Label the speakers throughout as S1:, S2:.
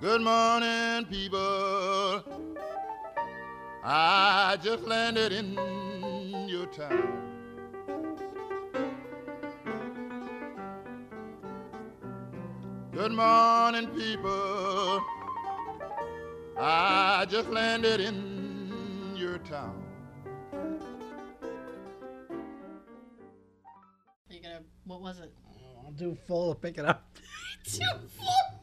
S1: Good morning, people. I just landed in your town. Good morning, people. I just landed in your town.
S2: Are you gonna? What was it?
S3: I'll do full to pick it up.
S2: Too full.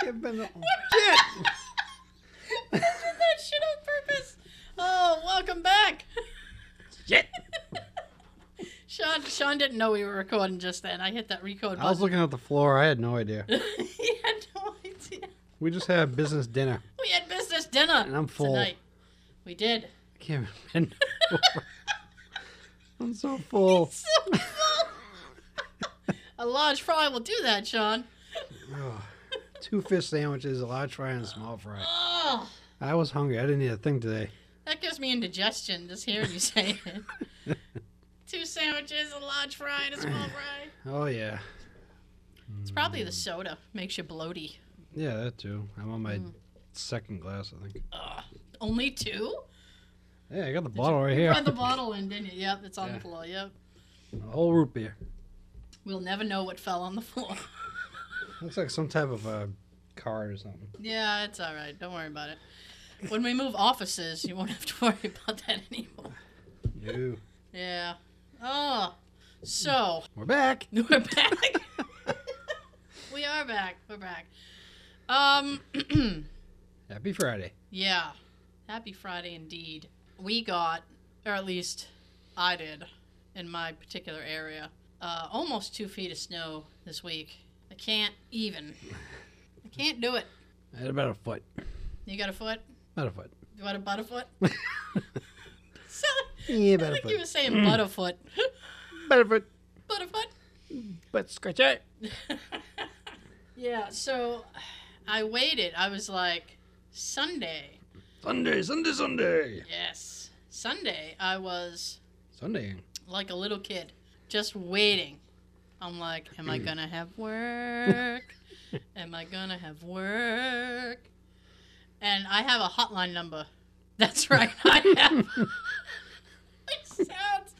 S3: Give me the- Shit!
S2: I did that shit on purpose. Oh, welcome back.
S3: Shit!
S2: Sean, Sean didn't know we were recording just then. I hit that record
S3: I was
S2: button.
S3: looking at the floor. I had no idea.
S2: he had no idea.
S3: We just had a business dinner.
S2: We had business dinner.
S3: And I'm full.
S2: Tonight. We did.
S3: I can't even bend over. I'm so full.
S2: So full. A large fry will do that, Sean.
S3: Ugh. Two fish sandwiches, a large fry, and a small fry.
S2: Oh,
S3: I was hungry. I didn't eat a thing today.
S2: that gives me indigestion just hearing you say it. Two sandwiches, a large fry, and a small fry.
S3: Oh, yeah.
S2: It's probably the soda makes you bloaty.
S3: Yeah, that too. I'm on my second glass, I think.
S2: Only two?
S3: Yeah, I got the bottle right here.
S2: You put the bottle in, didn't you? Yep, it's on
S3: Yeah.
S2: the floor. Yep.
S3: A whole root beer.
S2: We'll never know what fell on the floor.
S3: Looks like some type of a card or something.
S2: yeah, it's all right. Don't worry about it. When we move offices, you won't have to worry about that anymore.
S3: No.
S2: Yeah. Oh, so
S3: We're back.
S2: we're back. we are back. We're back. Um,
S3: Happy Friday.
S2: yeah. Happy Friday indeed. We got, or at least I did, in my particular area, uh, almost two feet of snow this week. I can't even. I can't do it.
S3: I had about a foot.
S2: You got a foot?
S3: About a foot.
S2: You want a butterfoot? so, I
S3: Yeah, about a
S2: think you were
S3: foot.
S2: saying butterfoot.
S3: About a foot.
S2: butterfoot?
S3: But scratch it.
S2: Yeah, so I waited. I was like, Sunday.
S3: Sunday, Sunday, Sunday.
S2: Yes. Sunday, I was
S3: Sunday.
S2: like a little kid, just waiting. I'm like, am I gonna have work? am I gonna have work? And I have a hotline number. That's right, I have. it sounds.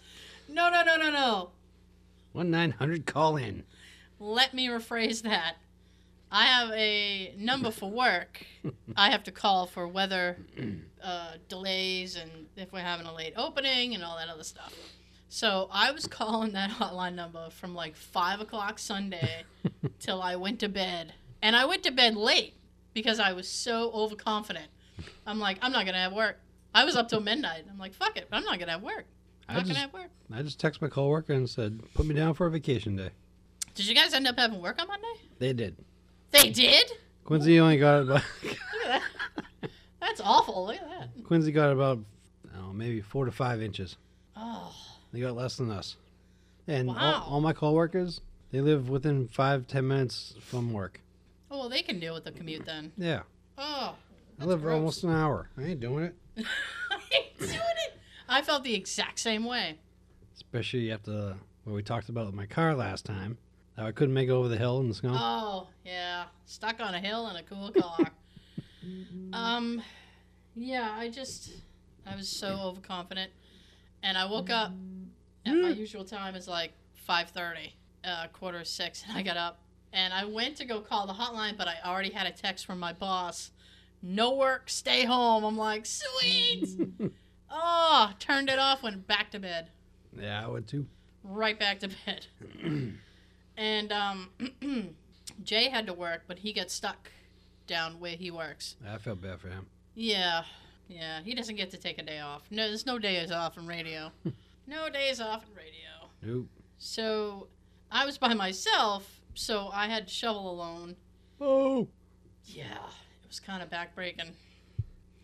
S2: No, no, no, no, no.
S3: 1 900 call in.
S2: Let me rephrase that. I have a number for work. I have to call for weather uh, delays and if we're having a late opening and all that other stuff. So I was calling that hotline number from like five o'clock Sunday till I went to bed, and I went to bed late because I was so overconfident. I'm like, I'm not gonna have work. I was up till midnight. I'm like, fuck it, I'm not gonna have work. I'm not
S3: I just-
S2: gonna have work.
S3: I just texted my coworker and said, put me down for a vacation day.
S2: Did you guys end up having work on Monday?
S3: They did.
S2: They did.
S3: Quincy only got about
S2: Look at that. That's awful. Look at that.
S3: Quincy got about I don't know, maybe four to five inches.
S2: Oh,
S3: They got less than us. And
S2: Wow.
S3: all, all my coworkers, they live within five, ten minutes from work.
S2: oh well, they can deal with the commute then.
S3: Yeah.
S2: Oh,
S3: I live
S2: gross.
S3: almost an hour. I ain't doing it.
S2: I ain't doing it. I felt the exact same way.
S3: Especially after what we talked about with my car last time. How I couldn't make it over the hill in the snow.
S2: Oh yeah, stuck on a hill in a cool car. um, yeah, I just I was so overconfident, and I woke up at my usual time is like five thirty, uh, quarter to six, and I got up and I went to go call the hotline, but I already had a text from my boss. No work, stay home. I'm like, sweet. oh, turned it off, went back to bed
S3: yeah, I would too.
S2: right back to bed. and um, Jay had to work, but he gets stuck down where he works.
S3: I feel bad for him.
S2: Yeah, yeah, he doesn't get to take a day off. No, there's no days off in radio. no days off in radio.
S3: Nope.
S2: So I was by myself, so I had to shovel alone.
S3: Oh.
S2: Yeah, it was kind of backbreaking.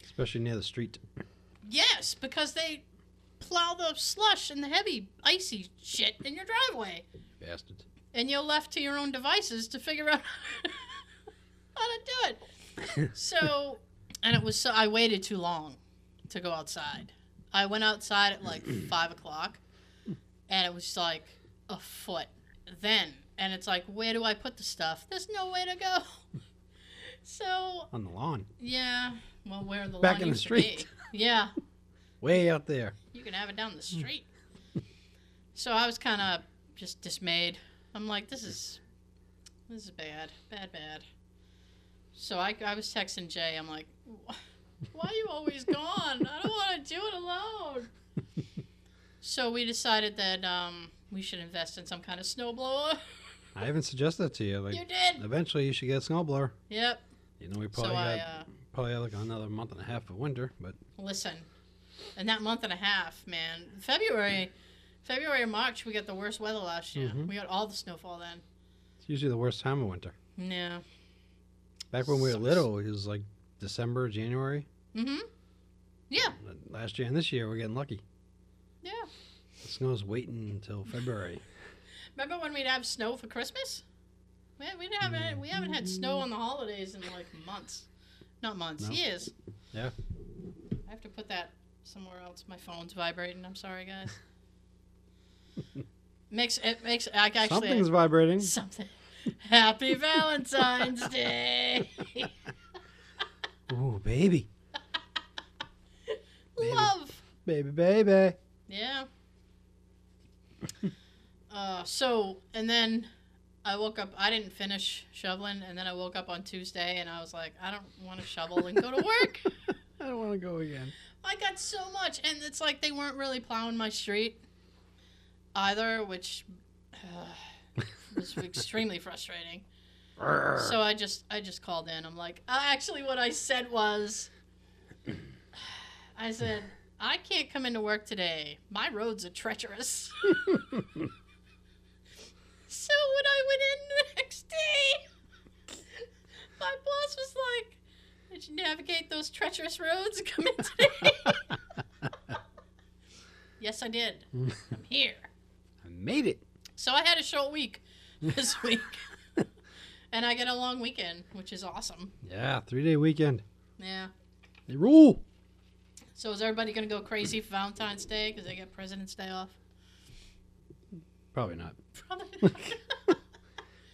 S3: Especially near the street.
S2: Yes, because they plow the slush and the heavy, icy shit in your driveway.
S3: Bastards.
S2: and you're left to your own devices to figure out how to do it. So, and it was so I waited too long to go outside. I went outside at like five o'clock, and it was like a foot. Then, and it's like, where do I put the stuff? There's no way to go. So
S3: on the lawn,
S2: yeah, well, where the
S3: Back
S2: lawn
S3: in the
S2: used to be.
S3: street.
S2: Yeah,
S3: way out there.
S2: you can have it down the street. so I was kind of just dismayed. I'm like, this is, this is bad, bad, bad. So I, I was texting Jay. I'm like, "Wh- why are you always gone? I don't want to do it alone. so we decided that um, we should invest in some kind of snowblower.
S3: I haven't suggested that to you. Like,
S2: you did.
S3: eventually you should get a snowblower.
S2: Yep.
S3: You know, we
S2: So
S3: probably got,
S2: I uh,
S3: probably got like another month and a half of winter, but
S2: listen. In that month and a half, man, February, February, and March, we got the worst weather last year.
S3: Mhm.
S2: We got all the snowfall then.
S3: it's usually the worst time of winter.
S2: Yeah.
S3: Back when we were
S2: Sucks.
S3: little, it was like December, January.
S2: Mm-hmm. Yeah.
S3: Last year and this year, we're getting lucky.
S2: Yeah.
S3: The snow's waiting until February.
S2: Remember when we'd have snow for Christmas? We, we haven't had, we haven't had snow on the holidays in like months, not months,
S3: No.
S2: years.
S3: Yeah.
S2: I have to put that somewhere else. My phone's vibrating. I'm sorry, guys. makes it makes I actually
S3: Something's vibrating.
S2: something. Happy Valentine's Day.
S3: Ooh, baby, Baby.
S2: Love.
S3: baby, baby.
S2: Yeah. uh, so, and then I woke up, I didn't finish shoveling, and then I woke up on Tuesday and I was like, I don't want to shovel and go to work.
S3: I don't want to go again.
S2: I got so much, and it's like they weren't really plowing my street either, which uh, was extremely frustrating. So I just I just called in. I'm like, uh, actually, what I said was, I said I can't come into work today. My roads are treacherous. so when I went in the next day, my boss was like, "Did you navigate those treacherous roads and come in today?" yes, I did. I'm here.
S3: I made it.
S2: So I had a short week this week. and I get a long weekend, which is awesome.
S3: Yeah, three day weekend.
S2: Yeah.
S3: They rule.
S2: So is everybody going to go crazy for Valentine's Day because they get President's Day off?
S3: Probably not,
S2: Probably not.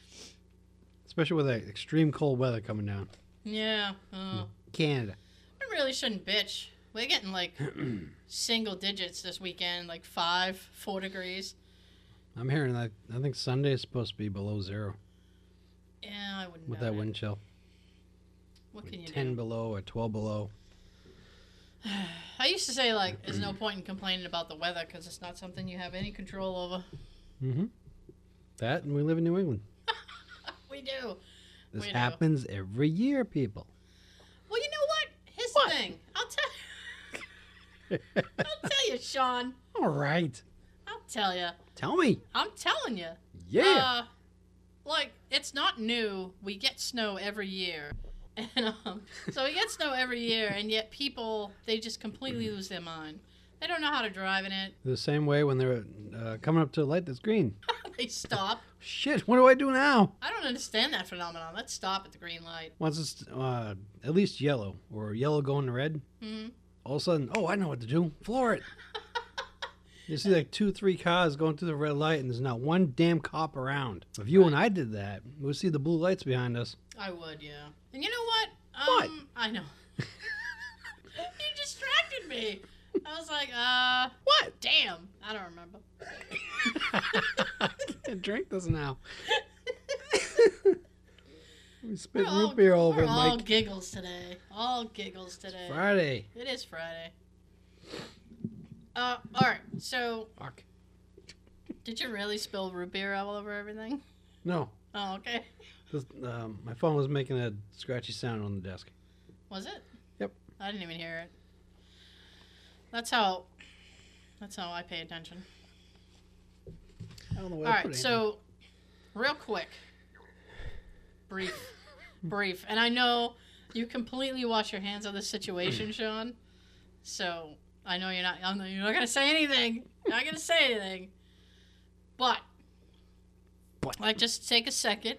S3: especially with that extreme cold weather coming down.
S2: yeah. Oh.
S3: Canada.
S2: I really shouldn't bitch. We're getting like single digits this weekend, like five, four degrees.
S3: I'm hearing that. I think Sunday is supposed to be below zero
S2: Yeah, I wouldn't.
S3: with
S2: doubt
S3: that
S2: it.
S3: wind chill.
S2: What
S3: Like
S2: can you
S3: Ten
S2: do?
S3: below or twelve below.
S2: I used to say like, there's no point in complaining about the weather because it's not something you have any control over.
S3: Mm-hmm. That and we live in New England.
S2: We do.
S3: This
S2: We do.
S3: happens every year, people.
S2: Well, you know what? Here's the thing. I'll tell. I'll tell you, Sean.
S3: All right.
S2: I'll tell you.
S3: Tell me.
S2: I'm telling you.
S3: Yeah.
S2: Uh, like it's not new. We get snow every year, and um, so we get snow every year, and yet people they just completely lose their mind. They don't know how to drive in it.
S3: the same way when they're uh, coming up to a light that's green.
S2: They stop.
S3: Shit, what do I do now?
S2: I don't understand that phenomenon. Let's stop at the green light.
S3: Once it's uh, at least yellow or yellow going to red,
S2: Mhm.
S3: all of a sudden, oh, I know what to do. Floor it. you see like two, three cars going through the red light, and there's not one damn cop around. If you and I did that, we'd see the blue lights behind us.
S2: I would, yeah. And you know what?
S3: What?
S2: Um, I know. you distracted me. I was like, uh, what? Damn, I don't remember.
S3: I can't drink this now. we spit
S2: We're all-
S3: root beer all over
S2: We're all
S3: Mike.
S2: giggles today. All giggles today.
S3: Friday.
S2: It is Friday. Uh, all right. So,
S3: Fuck.
S2: did you really spill root beer all over everything?
S3: No,
S2: Oh, okay.
S3: This, um, my phone was making a scratchy sound on the desk.
S2: Was it?
S3: Yep.
S2: I didn't even hear it. That's how. That's how I pay attention.
S3: I don't know where
S2: All
S3: I put
S2: right,
S3: it.
S2: so real quick, brief, brief, and I know you completely wash your hands of this situation, Sean. So I know you're not. I know you're not gonna say anything. You're not gonna say anything. But,
S3: But.
S2: like, just take a second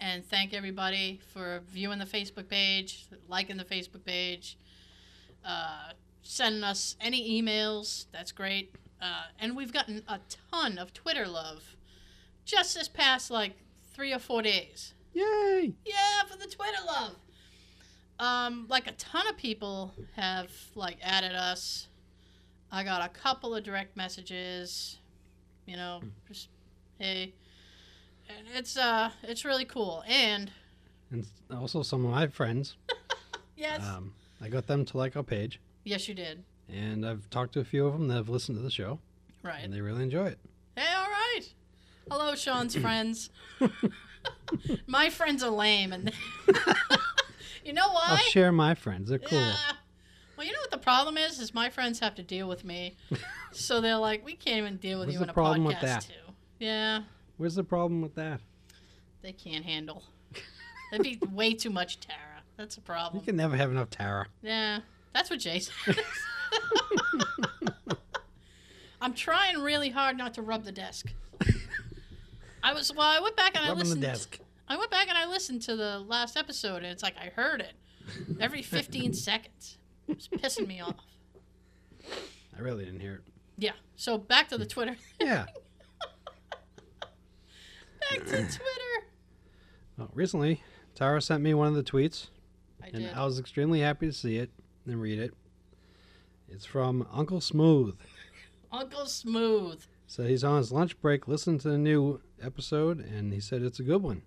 S2: and thank everybody for viewing the Facebook page, liking the Facebook page, uh, sending us any emails. That's great. Uh, and we've gotten a ton of Twitter love just this past like three or four days.
S3: Yay!
S2: Yeah, for the Twitter love. um, like a ton of people have like added us. I got a couple of direct messages, you know, just hey, and it's uh, it's really cool. And
S3: And s- also some of my friends.
S2: yes,
S3: Um, I got them to like our page,
S2: yes, you did.
S3: and I've talked to a few of them that have listened to the show,
S2: Right.
S3: and they really enjoy it.
S2: Hey, all right. Hello, Sean's friends. My friends are lame, and you know why?
S3: I'll share my friends. They're Oh, cool.
S2: Yeah. Well, you know what the problem is? Is my friends have to deal with me, so they're like, we can't even deal with
S3: What's
S2: you
S3: the
S2: in a podcast
S3: problem with that?
S2: too. Yeah,
S3: Where's the problem with that?
S2: they can't handle. That'd be way too much Tara. That's a
S3: You
S2: problem.
S3: can never have enough Tara.
S2: Yeah, that's what Jay says. I'm trying really hard not to rub the desk. I was well. I went back and I
S3: Rubbing the
S2: listened.
S3: desk.
S2: I went back and I listened to the last episode, and it's like I heard it every 15 seconds. It's pissing me off.
S3: I really didn't hear
S2: Yeah. So back to the Twitter.
S3: it. Yeah.
S2: back to Twitter.
S3: Well, recently, Tara sent me one of the tweets,
S2: I
S3: and
S2: did.
S3: I was extremely happy to see it and read it. It's from Uncle Smooth.
S2: Uncle Smooth.
S3: So he's on his lunch break, listened to the new episode, and he said it's a good one.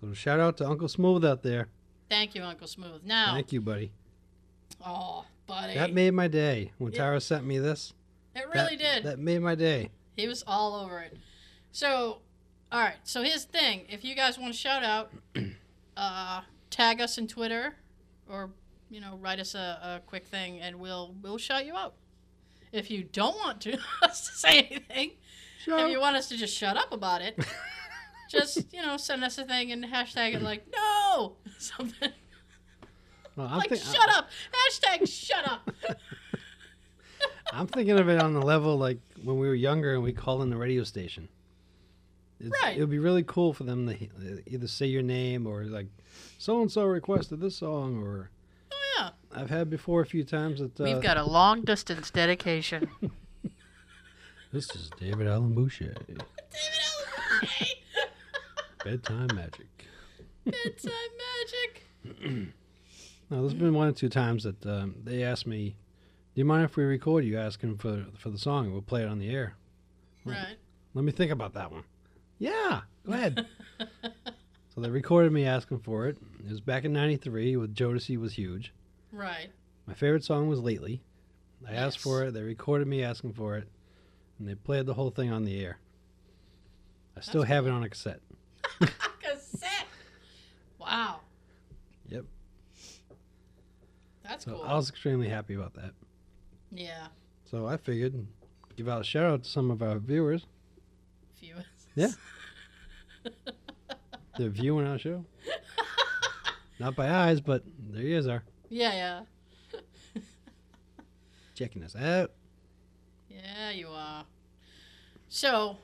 S3: So shout out to Uncle Smooth out there.
S2: Thank you, Uncle Smooth. Now,
S3: Thank you, buddy.
S2: oh, buddy,
S3: That made my day when
S2: Yeah.
S3: Tara sent me this.
S2: it
S3: that-
S2: really did.
S3: That made my day.
S2: He was all over it. So, all right. So here's the thing: if you guys want to shout out, uh, tag us in Twitter, or you know, write us a, a quick thing, and we'll we'll shout you out. If you don't want to us to say anything, if you want us to just shut up about it, just you know, send us a thing and hashtag it like no something
S3: Well, I'm,
S2: like
S3: think-
S2: shut up hashtag shut up. Oh,
S3: I'm thinking of it on the level like when we were younger and we called in the radio station. It's,
S2: Right.
S3: It would be really cool for them to he- either say your name or like, so and so requested this song, or
S2: Oh yeah,
S3: I've had before a few times that uh,
S2: we've got a long distance dedication.
S3: this is David Allen Boucher,
S2: David Allen.
S3: bedtime magic.
S2: Bedtime magic.
S3: Now, there's been one or two times that um, they asked me, "Do you mind if we record you asking for for the song? We'll play it on the air."
S2: Right.
S3: Let me think about that one. Yeah, go ahead. so they recorded me asking for it. It was back in '93 with Jodeci was huge.
S2: Right.
S3: My favorite song was Lately. I asked
S2: Yes.
S3: for it. They recorded me asking for it, and they played the whole thing on the air. I still have it on a cassette.
S2: Cassette. Wow.
S3: Yep.
S2: That's
S3: So
S2: cool.
S3: I was extremely happy about that.
S2: yeah.
S3: So I figured give out a shout out to some of our viewers.
S2: Few.
S3: Yeah. They're viewing our show. Not by eyes, but their ears are
S2: Yeah, yeah.
S3: checking us out.
S2: Yeah, you are. So,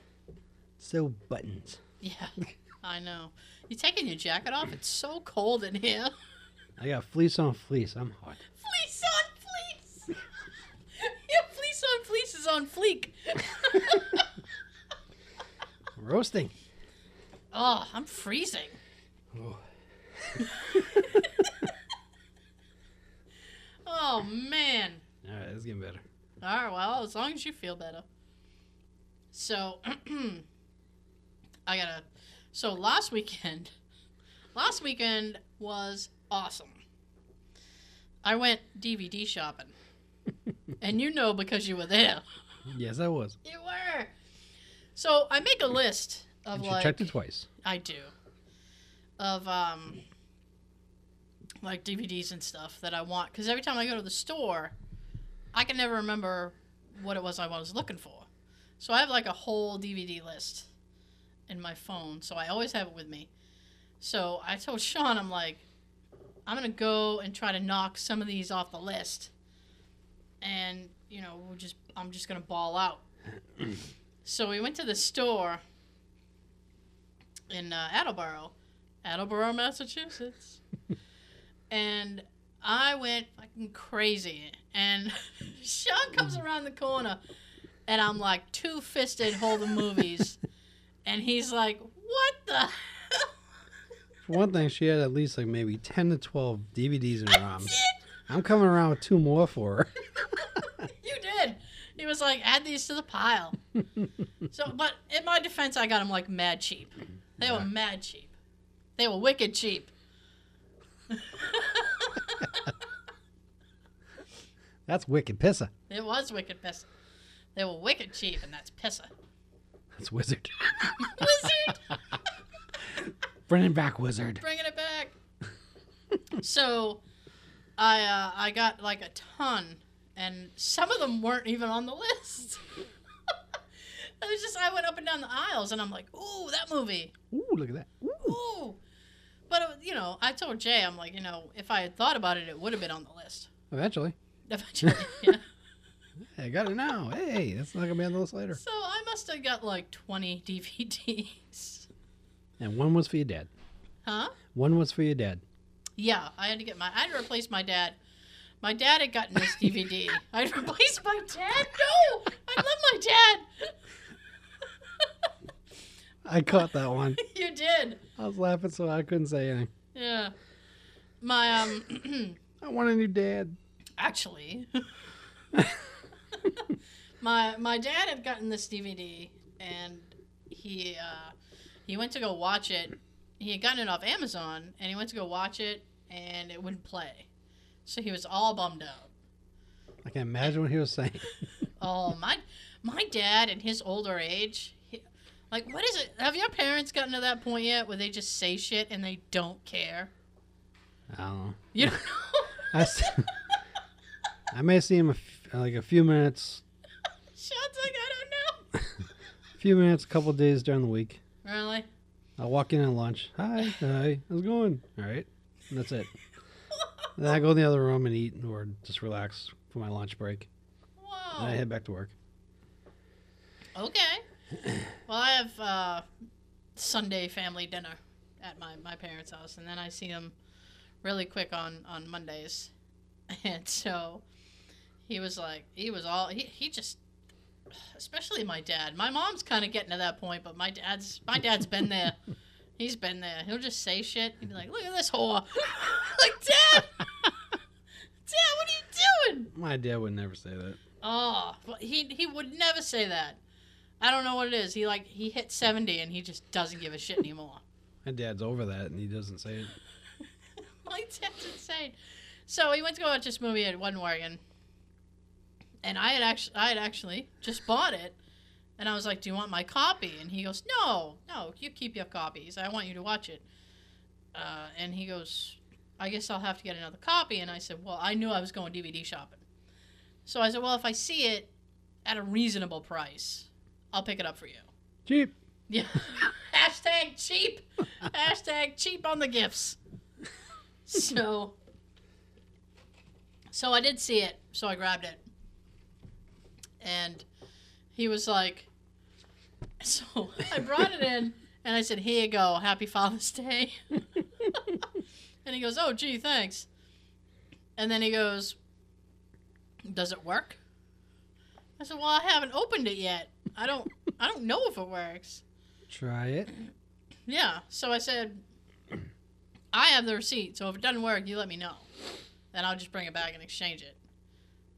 S3: So buttons.
S2: yeah, I know. You taking your jacket off? It's so cold in here.
S3: I got fleece on fleece. I'm hot.
S2: Fleece on fleece. yeah, fleece on fleece is on fleek.
S3: I'm roasting.
S2: oh, I'm freezing.
S3: Oh.
S2: Oh, man.
S3: All right, it's getting better.
S2: All right, well, as long as you feel better. So, I gotta. So, last weekend, last weekend was awesome. I went DVD shopping. and you know because you were there.
S3: Mm-hmm. Yes, I was.
S2: You were. So, I make a list of
S3: And she
S2: like.
S3: checked it twice.
S2: I do. Of um like DVDs and stuff that I want cuz every time I go to the store I can never remember what it was I was looking for. So I have like a whole DVD list in my phone, so I always have it with me. So I told Sean I'm like I'm going to go and try to knock some of these off the list. And you know, we'll just I'm just going to ball out. so we went to the store in uh, Attleboro, Attleboro, Massachusetts. and I went fucking crazy. And Sean comes around the corner, and I'm like two fisted holding movies. and he's like, What the?
S3: For one thing, she had at least like maybe ten to twelve DVDs in her arms. I'm coming around with two more for her.
S2: You did. He was like, add these to the pile. so, but in my defense, I got them like mad cheap. They were mad cheap. They were wicked cheap.
S3: That's wicked pissa.
S2: It was wicked pissa. They were wicked cheap, and that's pissa.
S3: That's wizard.
S2: Wizard,
S3: Bring it back, wizard.
S2: bringing it back. so, I uh, I got like a ton, and some of them weren't even on the list. it was just I went up and down the aisles, and I'm like, ooh, that movie.
S3: Ooh, look at that. Ooh.
S2: Ooh. But, uh, you know, I told Jay, I'm like, you know, if I had thought about it, it would have been on the list.
S3: Eventually,
S2: Eventually. yeah.
S3: hey, I got it now. Hey, that's not gonna be on the list later.
S2: So I must have got like 20 DVDs.
S3: And one was for your dad.
S2: Huh?
S3: One was for your dad.
S2: Yeah, I had to get my, I had to replace my dad. My dad had gotten this DVD. I had replaced my dad? No! I love my dad!
S3: I caught that one.
S2: You did.
S3: I was laughing so I couldn't say anything.
S2: Yeah. My, um,
S3: I want a new dad.
S2: actually my my dad had gotten this dvd and he uh he went to go watch it he had gotten it off amazon and he went to go watch it and it wouldn't play so he was all bummed out
S3: I can imagine what he was saying.
S2: oh my my dad in his older age he, like what is it have your parents gotten to that point yet where they just say shit and they don't care
S3: I don't know.
S2: you don't know
S3: I, s- I may see him a f- like a few minutes,
S2: Sean's like i don't
S3: a few minutes, a couple days during the week.
S2: know really
S3: I'll walk in at lunch. Hi, hi, how's it going? All right, and that's it. Then I go in the other room and eat or just relax for my lunch break.
S2: whoa
S3: Then I head back to work.
S2: Okay. Well, I have uh, Sunday family dinner at my, my parents' house, and then I see him really quick on, on Mondays. And so he was like, he was all, he, he just, especially my dad. My mom's kind of getting to that point, but my dad's my dad's been there. He's been there. He'll just say shit. He'd be like, look at this whore. like, Dad! Dad, what are you doing?
S3: My dad would never say that.
S2: Oh, well, he he would never say that. I don't know what it is. He like he hit seventy and he just doesn't give a shit anymore.
S3: My dad's over that and he doesn't say it.
S2: like that's insane. So he went to go watch this movie at One Wagon, and I had actually I had actually just bought it, and I was like, "Do you want my copy?" And he goes, "No, no, you keep your copies. I want you to watch it." Uh, and he goes, "I guess I'll have to get another copy." And I said, "Well, I knew I was going DVD shopping, so I said, well, if I see it at a reasonable price, I'll pick it up for you."
S3: Cheap.
S2: Yeah. Hashtag cheap. Hashtag cheap on the gifts. So. So I did see it, so I grabbed it. And he was like, so I brought it in and I said, here you go, happy Father's Day. and he goes, oh, gee, thanks. And then he goes, does it work? I said, well, I haven't opened it yet. I don't, I don't know if it works.
S3: Try it.
S2: Yeah. So I said, I have the receipt. So if it doesn't work, you let me know. Then I'll just bring it back and exchange it.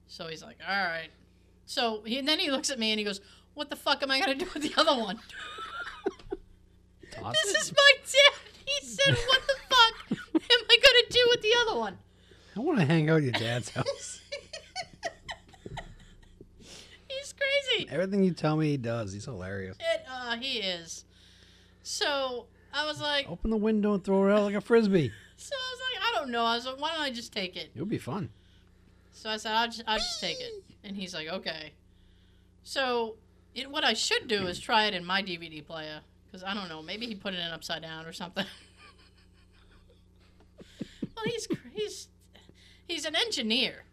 S2: So he's like, all right. So he, and then he looks at me and he goes, what the fuck am I going to do with the other one?
S3: Toss
S2: this
S3: it.
S2: is my dad. He said, what the fuck am I going to do with the other one?
S3: I want to hang out at your dad's house.
S2: He's crazy.
S3: Everything you tell me he does, he's hilarious.
S2: It, uh, he is. So I was like,
S3: Open the window and throw it out like a frisbee.
S2: so I was like, I don't know. I was like, why don't I just take it?
S3: It would be fun.
S2: So I said, I'll just, I'll just take it. And he's like, okay. So it, what I should do is try it in my DVD player. Because I don't know, maybe he put it in upside down or something. well, he's, cr- he's, he's an engineer.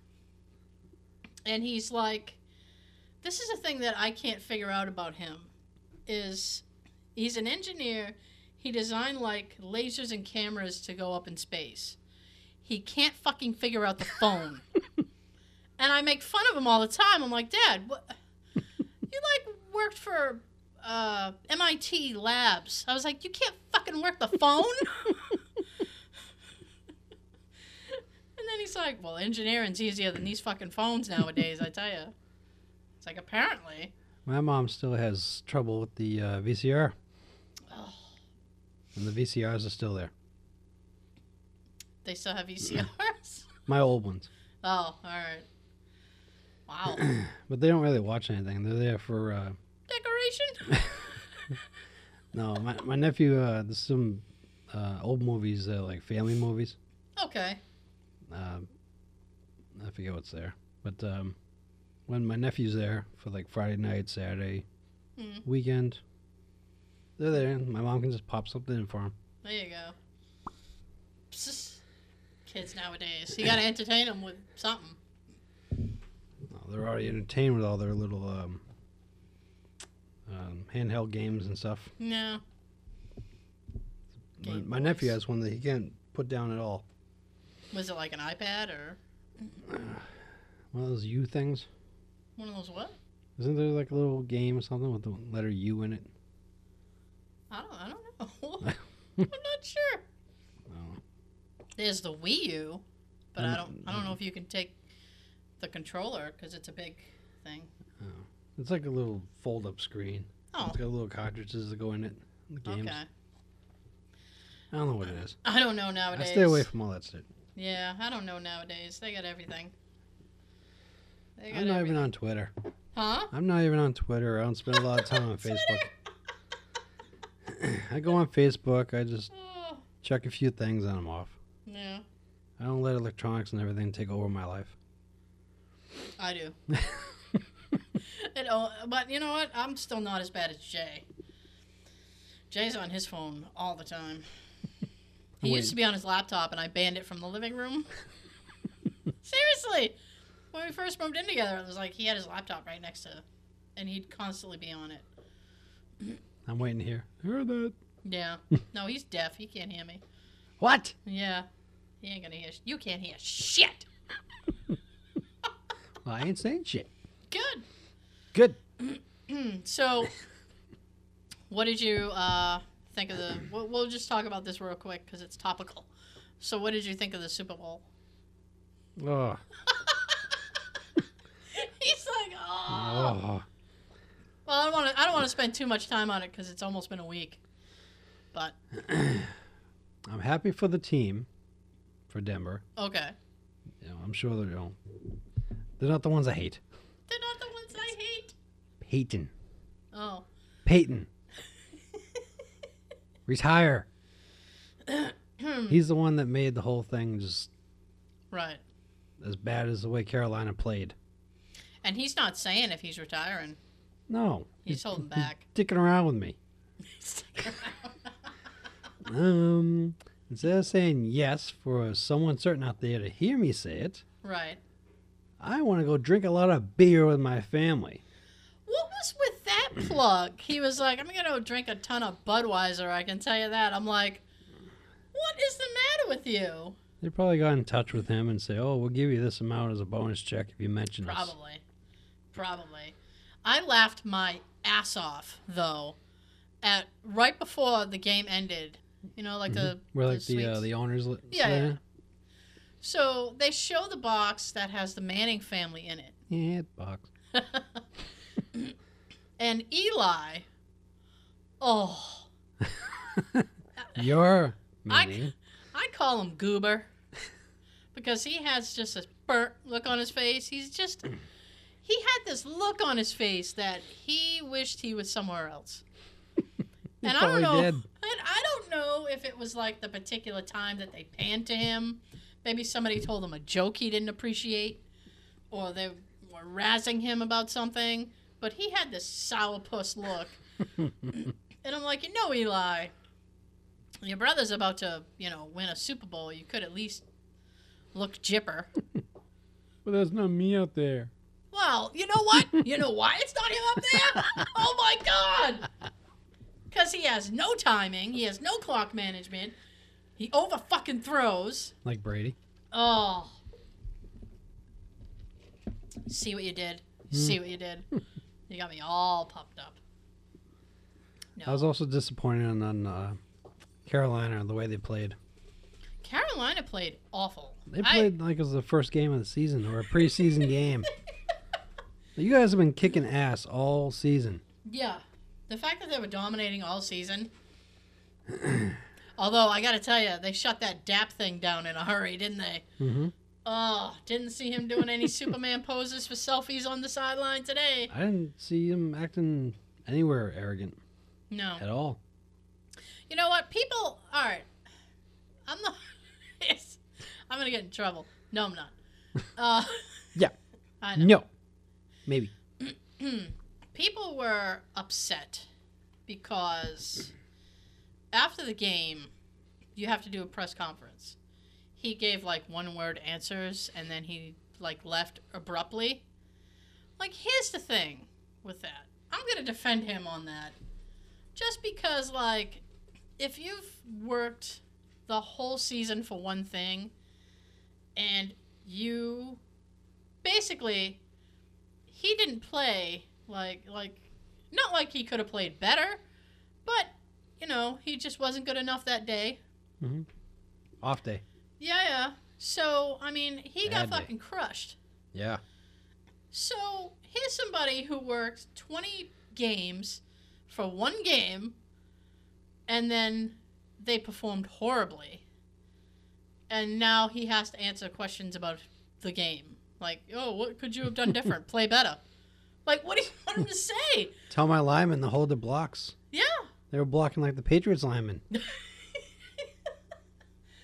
S2: And he's like, this is a thing that I can't figure out about him is he's an engineer. He designed like lasers and cameras to go up in space. He can't fucking figure out the phone. and I make fun of him all the time. I'm like, Dad, what? you like worked for uh, MIT Labs. I was like, you can't fucking work the phone. like, well, engineering's easier than these fucking phones nowadays, I tell you. It's like, apparently.
S3: My mom still has trouble with the uh, VCR,
S2: Oh,
S3: and the VCRs are still there.
S2: they still have VCRs?
S3: My old ones,
S2: oh, all right. Wow.
S3: but they don't really watch anything. They're there for uh,
S2: Decoration?
S3: no. My my nephew, uh, there's some uh, old movies, uh, like family movies.
S2: okay.
S3: um, I forget what's there, but um, when my nephew's there for like Friday night, Saturday,
S2: Mm.
S3: weekend, they're there. and My mom can just pop something in for him.
S2: There you go. Psst. Kids nowadays. You gotta entertain them with something.
S3: they're already entertained with all their little um, um, handheld games and stuff.
S2: No.
S3: My,
S2: Game
S3: my nephew
S2: Boys.
S3: has one that he can't put down at all.
S2: Was it like an iPad or
S3: One of those U things.
S2: one of those what?
S3: Isn't there like a little game or something with the letter U in it?
S2: I don't, I don't know. I'm not sure.
S3: Oh.
S2: There's the Wii U, but I don't I don't know
S3: Mm.
S2: if you can take the controller because it's a big thing.
S3: It's like a little fold-up screen.
S2: Oh,
S3: It's got little cartridges that go in it. The games.
S2: okay.
S3: I don't know what it is.
S2: I don't know nowadays.
S3: I stay away from all that shit.
S2: Yeah, I don't know nowadays. They got everything. They got
S3: I'm not
S2: everything.
S3: even on Twitter.
S2: Huh?
S3: I'm not even on Twitter. I don't spend a lot of time on Facebook. I go on Facebook. I just
S2: Oh,
S3: check a few things and I'm off.
S2: yeah,
S3: I don't let electronics and everything take over my life.
S2: I do. It all, but you know what? I'm still not as bad as Jay. Jay's on his phone all the time. He used to be on his laptop, and I banned it from the living room. Seriously, when we first moved in together, it was like he had his laptop right next to, and he'd constantly be on it.
S3: I'm waiting here. I heard that.
S2: Yeah. No, he's deaf. He can't hear me.
S3: What?
S2: Yeah. He ain't gonna hear. Sh- you can't hear shit.
S3: Well, I ain't saying shit.
S2: Good.
S3: Good.
S2: So, what did you uh, think of the? We'll, we'll just talk about this real quick because it's topical. So, what did you think of the Super Bowl?
S3: Oh.
S2: He's like, oh.
S3: oh.
S2: Well, I don't want to. I don't want to spend too much time on it because it's almost been a week. But
S3: I'm happy for the team, for Denver.
S2: okay,
S3: You know, I'm sure they're, you know, they're not the ones I hate.
S2: they're not the ones I hate.
S3: Peyton.
S2: Oh,
S3: Peyton. Retire. He's the one that made the whole thing just
S2: right.
S3: as bad as the way Carolina played.
S2: And he's not saying if he's retiring.
S3: No.
S2: He's holding back.
S3: Sticking around with me. Um, instead of saying yes for someone certain out there to hear me say it,
S2: right.
S3: I want to go drink a lot of beer with my family.
S2: What was with that plug? He was like, I'm going to drink a ton of Budweiser, I can tell you that. I'm like, what is the matter with you?
S3: They probably got in touch with him and say, "Oh, we'll give you this amount as a bonus check if you mention us."
S2: Probably. Probably. I laughed my ass off, though, at right before the game ended. You know, like the.
S3: We're like
S2: the,
S3: the uh,
S2: sweets.
S3: the owners. li-
S2: Yeah, yeah.
S3: say,
S2: So they show the box that has the Manning family in it.
S3: yeah, box.
S2: And Eli. Oh,
S3: You're
S2: I-
S3: meaning
S2: I call him Goober because he has just a burnt look on his face. He's just he had this look on his face that he wished he was somewhere else. And I don't
S3: probably
S2: know.
S3: did.
S2: And I don't know if it was like the particular time that they panned to him. Maybe somebody told him a joke he didn't appreciate, or they were razzing him about something. But he had this sourpuss look, and I'm like, you know, Eli, your brother's about to, you know, win a Super Bowl. You could at least look jipper.
S3: But there's not me out there.
S2: Well, you know what? You know why it's not him up there? Oh my God! Because he has no timing. He has no clock management. He over fucking throws.
S3: Like Brady.
S2: Oh. See what you did.
S3: Hmm.
S2: See what you did. You got me all pumped up.
S3: I was also disappointed on, on uh, Carolina and the way they played.
S2: Carolina played awful.
S3: They
S2: I-
S3: played like it was the first game of the season or a preseason game. You guys have been kicking ass all season.
S2: Yeah. The fact that they were dominating all season. Although I got to tell you, they shut that DAP thing down in a hurry, didn't they?
S3: Mm-hmm.
S2: Oh, didn't see him doing any Superman poses for selfies on the sideline today.
S3: I didn't see him acting anywhere arrogant
S2: No.
S3: at all.
S2: You know what? People, all right. I'm not. It's, I'm gonna get in trouble. No, I'm not. Uh,
S3: Yeah.
S2: I know.
S3: No. Maybe.
S2: People were upset because after the game, you have to do a press conference. He gave like one word answers and then he like left abruptly. Like, here's the thing with that. I'm going to defend him on that. Just because, like, if you've worked the whole season for one thing and you basically he didn't play like like not like he could have played better but you know he just wasn't good enough that day
S3: Mm-hmm. Off day.
S2: yeah, yeah. So, I mean, he got
S3: Badly.
S2: fucking crushed.
S3: Yeah.
S2: So, here's somebody who worked 20 games for one game, and then they performed horribly. And now he has to answer questions about the game. Like, oh, what could you have done different? Play better. Like, what do you want him to say?
S3: Tell my linemen to hold the blocks.
S2: Yeah.
S3: They were blocking like the Patriots linemen.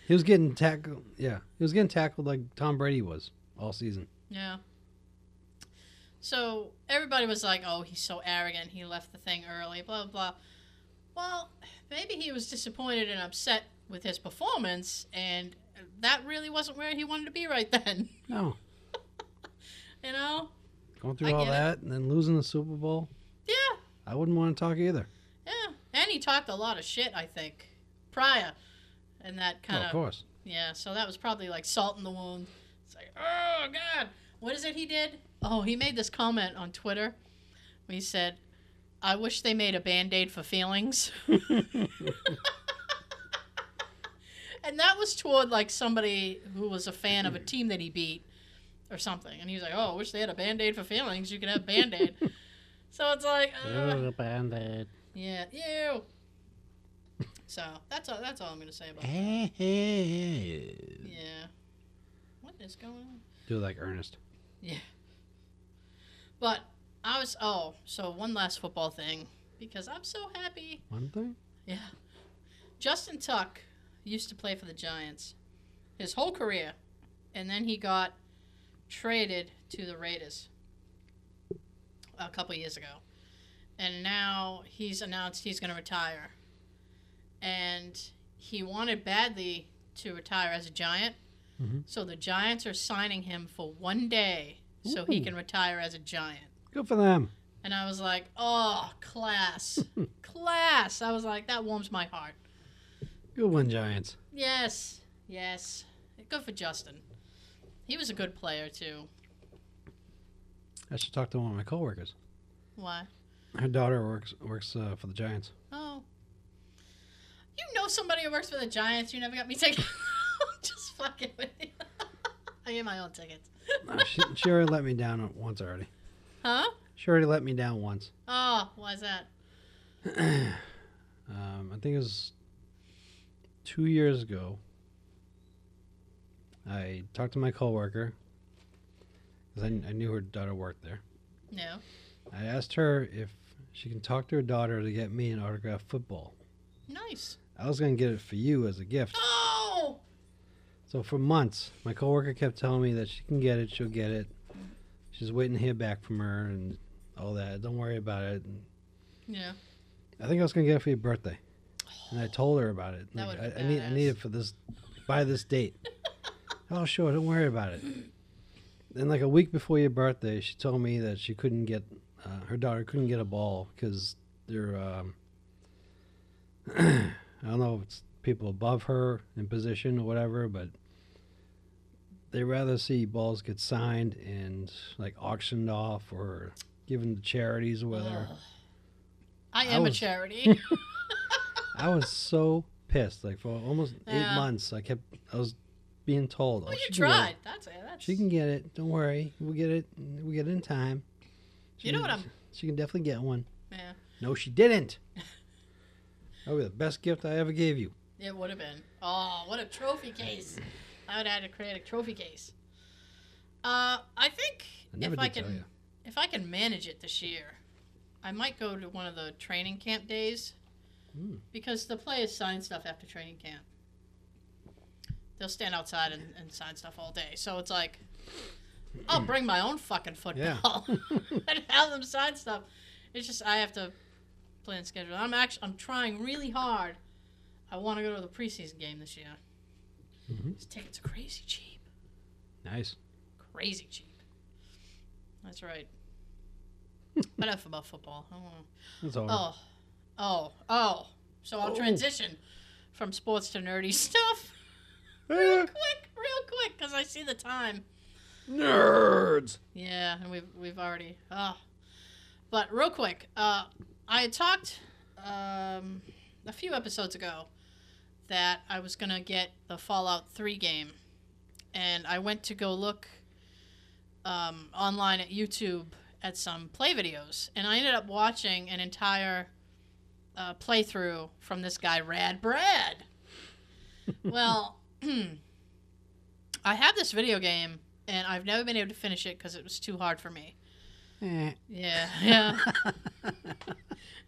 S3: he was getting tackled. Yeah, he was getting tackled like Tom Brady was all season.
S2: Yeah. So everybody was like, "Oh, he's so arrogant. He left the thing early." Blah blah. Well, maybe he was disappointed and upset with his performance, and that really wasn't where he wanted to be right then.
S3: No,
S2: You know?
S3: going through
S2: I
S3: all
S2: get it.
S3: that and then losing the Super Bowl.
S2: Yeah,
S3: I wouldn't want to talk either.
S2: yeah. And he talked a lot of shit, I think, prior, and that
S3: Well,
S2: kind
S3: Oh, of
S2: of
S3: course.
S2: yeah. So that was probably like salt in the wound. It's like, oh god, what is it he did? Oh, he made this comment on Twitter. He said, "I wish they made a band-aid for feelings." and that was toward like somebody who was a fan of a team that he beat or something and he was like oh i wish they had a band-aid for feelings you can have band-aid so it's like uh,
S3: band-aid.
S2: yeah ew so that's all that's all i'm gonna say about that.
S3: Do
S2: yeah what is going on
S3: like Ernest.
S2: but i was oh so one last football thing because i'm so happy
S3: One thing.
S2: Yeah. Justin Tuck used to play for the Giants his whole career, and then he got traded to the Raiders a couple years ago. And now he's announced he's going to retire. And he wanted badly to retire as a Giant.
S3: Mhm.
S2: So the Giants are signing him for one day so he
S3: Ooh.
S2: can retire as a Giant.
S3: Good for them.
S2: And I was like, oh, class. class. I was like, that warms my heart.
S3: Good one, Giants.
S2: Yes. Yes. Good for Justin. He was a good player, too.
S3: I should talk to one of my coworkers.
S2: Why?
S3: Her daughter works works uh, for the Giants.
S2: Oh. You know somebody who works for the Giants. You never got me tickets. I'm Just fucking with you. I get my own tickets.
S3: No, Uh, she, she already let me down once already.
S2: Huh?
S3: She already let me down once.
S2: Oh, why's that?
S3: Um, I think it was two years ago. I talked to my coworker because I, I knew her daughter worked there.
S2: No.
S3: I asked her if she can talk to her daughter to get me an autographed football.
S2: Nice.
S3: I was gonna get it for you as a gift.
S2: Oh!
S3: So for months, my coworker kept telling me that she can get it, she'll get it. She's waiting to hear back from her and all that. Don't worry about it. And
S2: Yeah.
S3: I think I was gonna get it for your birthday, and I told her about it.
S2: That
S3: Like,
S2: would've
S3: I, I
S2: been
S3: need, I
S2: badass.
S3: need it for this, by this date. oh sure, don't worry about it. Then like a week before your birthday, she told me that she couldn't get, uh, her daughter couldn't get a ball because they're, um, I don't know if it's people above her in position or whatever, but they rather see balls get signed and like auctioned off or given to charities or whatever.
S2: Ugh. I
S3: I
S2: am
S3: was-
S2: a charity.
S3: I was so pissed. Like for almost
S2: Yeah.
S3: eight months, I kept I was being told.
S2: Well,
S3: oh,
S2: you
S3: she can get it.
S2: tried. That's it. That's
S3: She can get it. Don't worry. We'll get it. We'll get it in time. She
S2: You know
S3: can-
S2: what I'm-
S3: She can definitely get one.
S2: yeah.
S3: No, she didn't. that would be the best gift I ever gave you.
S2: It would have been. Oh, what a trophy case! I would have had to create a trophy case. Uh, I think
S3: I never
S2: if
S3: did
S2: I
S3: tell
S2: can,
S3: you.
S2: if I can manage it this year, I might go to one of the training camp days,
S3: Hmm.
S2: because the players sign stuff after training camp. They'll stand outside and, and sign stuff all day, so it's like, I'll bring my own fucking football and have them sign stuff. It's just I have to plan and schedule. I'm actually I'm trying really hard. I want to go to the preseason game this year.
S3: Mhm.
S2: These tickets are crazy cheap.
S3: Nice.
S2: Crazy cheap. That's right. but enough about football. I don't wanna-
S3: That's all.
S2: Oh, oh, oh. So I'll
S3: Oh.
S2: transition from sports to nerdy stuff Oh.
S3: Eh,
S2: quick, real quick, because I see the time.
S3: nerds.
S2: Yeah, and we've we've already. Oh. But real quick, uh, I had talked um, a few episodes ago that I was gonna get the Fallout Three game, and I went to go look um, online at YouTube at some play videos, and I ended up watching an entire uh, playthrough from this guy Rad Brad. well, I have this video game, and I've never been able to finish it because it was too hard for me.
S3: Eh.
S2: Yeah, yeah. it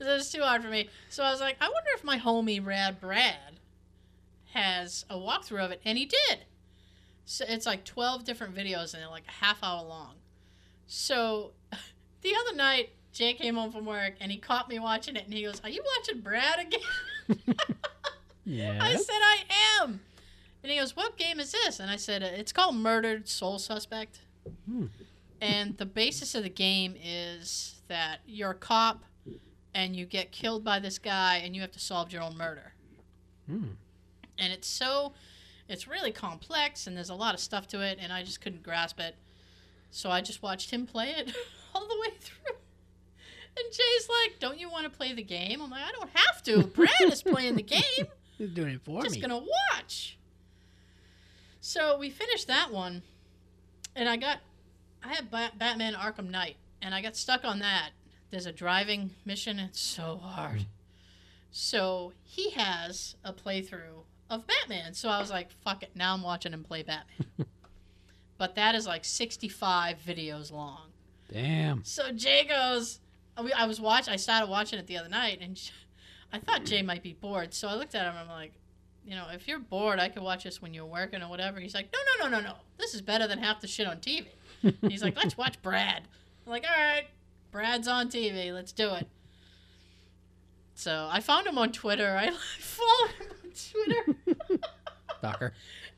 S2: was too hard for me. So I was like, I wonder if my homie Rad Brad has a walkthrough of it, and he did. So it's like twelve different videos, and they're like a half hour long. So the other night, Jay came home from work, and he caught me watching it, and he goes, "Are you watching Brad again?"
S3: Yeah.
S2: I said, "I am." And he goes, "What game is this?" And I said, "Uh, "It's called Murdered Soul Suspect."
S3: Hmm.
S2: And the basis of the game is that you're a cop, and you get killed by this guy, and you have to solve your own murder.
S3: Hmm.
S2: And it's so, it's really complex, and there's a lot of stuff to it, and I just couldn't grasp it. So I just watched him play it all the way through. And Jay's like, "Don't you want to play the game?" I'm like, "I don't have to. Brad is playing the game."
S4: He's doing it for
S2: just
S4: me.
S2: gonna watch. So we finished that one, and I got, I had ba- Batman Arkham Knight, and I got stuck on that. There's a driving mission; it's so hard. So he has a playthrough of Batman. So I was like, "Fuck it!" Now I'm watching him play Batman. but that is like 65 videos long.
S3: Damn.
S2: So Jay goes, I we- I was watch. I started watching it the other night, and sh- I thought Jay might be bored. So I looked at him. and I'm like, you know, if you're bored, I could watch this when you're working or whatever. He's like, no, no, no, no, no. This is better than half the shit on TV. He's like, let's watch Brad. I'm like, all right, Brad's on TV. Let's do it. So I found him on Twitter. I followed him on Twitter.
S4: Stalker.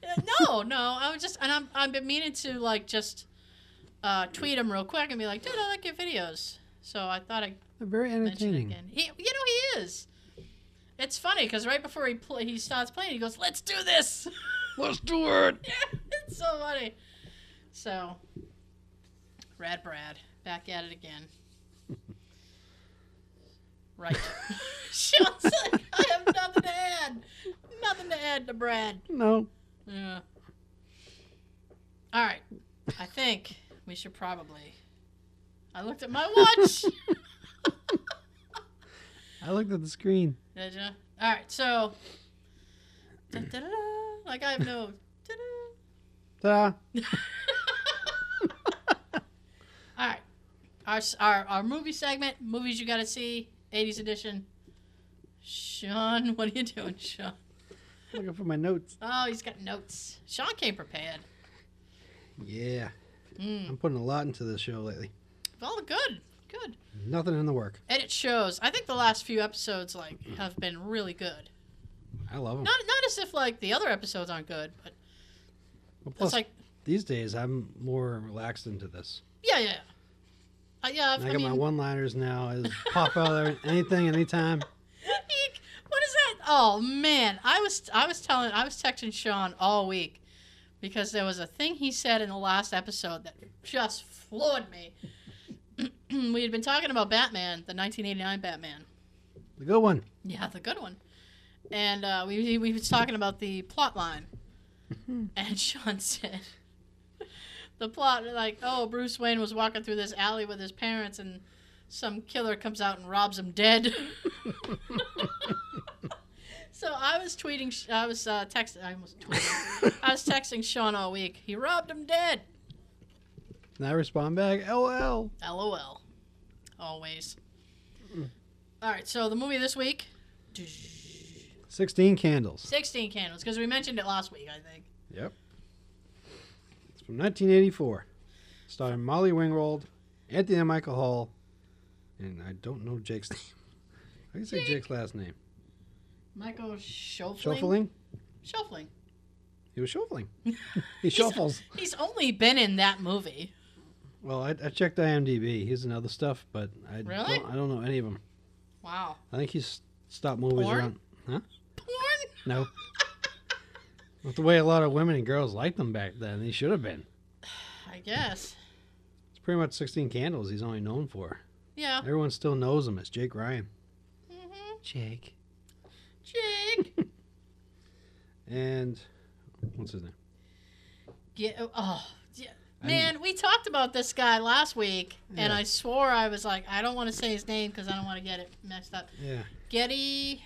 S2: Uh, no, no. I was just, and I'm, I've been meaning to like just uh, tweet him real quick and be like, dude, I like your videos. So I thought I'd
S3: They're very
S2: mention it
S3: entertaining.
S2: again. He, you know, he is. It's funny because right before he pl- he starts playing, he goes, "Let's do this."
S4: Let's do it.
S2: it's so funny. So, Rad Brad, back at it again. Right. Sean's like, I have nothing to add. Nothing to add to Brad.
S3: No.
S2: Yeah. All right. I think we should probably. I looked at my watch.
S3: I looked at the screen.
S2: Did ya? All right. So. Da-da-da-da. Like I have no. da-da.
S3: Ta-da.
S2: All right. Our, s- our our movie segment, movies you gotta see, 80s edition. Sean, what are you doing, Sean?
S3: Looking for my notes.
S2: Oh, he's got notes. Sean came prepared.
S3: Yeah.
S2: Mm.
S3: I'm putting a lot into this show lately.
S2: Well, good, good.
S3: Nothing in the work.
S2: And it shows. I think the last few episodes like have been really good.
S3: I love them.
S2: Not not as if like the other episodes aren't good, but
S3: Well,
S2: it's
S3: plus,
S2: like
S3: these days I'm more relaxed into this.
S2: yeah, yeah, uh, yeah.
S3: And
S2: I,
S3: I
S2: I
S3: got my
S2: mean,
S3: one-liners now. Is pop out there anything, anytime.
S2: Eek. what is that? Oh man, I was I was telling I was texting Sean all week because there was a thing he said in the last episode that just floored me. we had been talking about Batman, the 1989 Batman.
S3: The good one.
S2: Yeah, the good one. and uh, we we was talking about the plot line, and Sean said the plot like oh Bruce Wayne was walking through this alley with his parents and some killer comes out and robs him dead. so I was tweeting, Sh- I was uh, texting, I was tweeting, I was texting Sean all week. He robbed him dead.
S3: And I respond back, LL.
S2: LOL. Always. All right, so the movie this week,
S3: 16 Candles.
S2: 16 Candles, because we mentioned it last week, I think.
S3: Yep. It's from 1984. Starring Molly Ringwald, Anthony Michael Hall, and I don't know Jake's name. I can say Jake's last name.
S2: Michael Schofield.
S3: Shuffling?
S2: Shuffling.
S3: He was shuffling. he shuffles.
S2: He's only been in that movie.
S3: Well, I, I checked IMDb. He's in other stuff, but I,
S2: Really?
S3: don't, I don't know any of them.
S2: Wow.
S3: I think he's stopped movies
S2: Porn?
S3: around. Huh?
S2: Porn?
S3: No. With the way a lot of women and girls liked him back then, he should have been.
S2: I guess.
S3: It's pretty much 16 Candles he's only known for.
S2: Yeah.
S3: Everyone still knows him as Jake Ryan.
S2: hmm
S3: Jake.
S2: Jake.
S3: And what's his name?
S2: Yeah. Oh, yeah.
S3: I
S2: Man, we talked about this guy last week, and
S3: Yeah.
S2: I swore I was like, I don't want to say his name because I don't want to get it messed up.
S3: Yeah.
S2: Getty,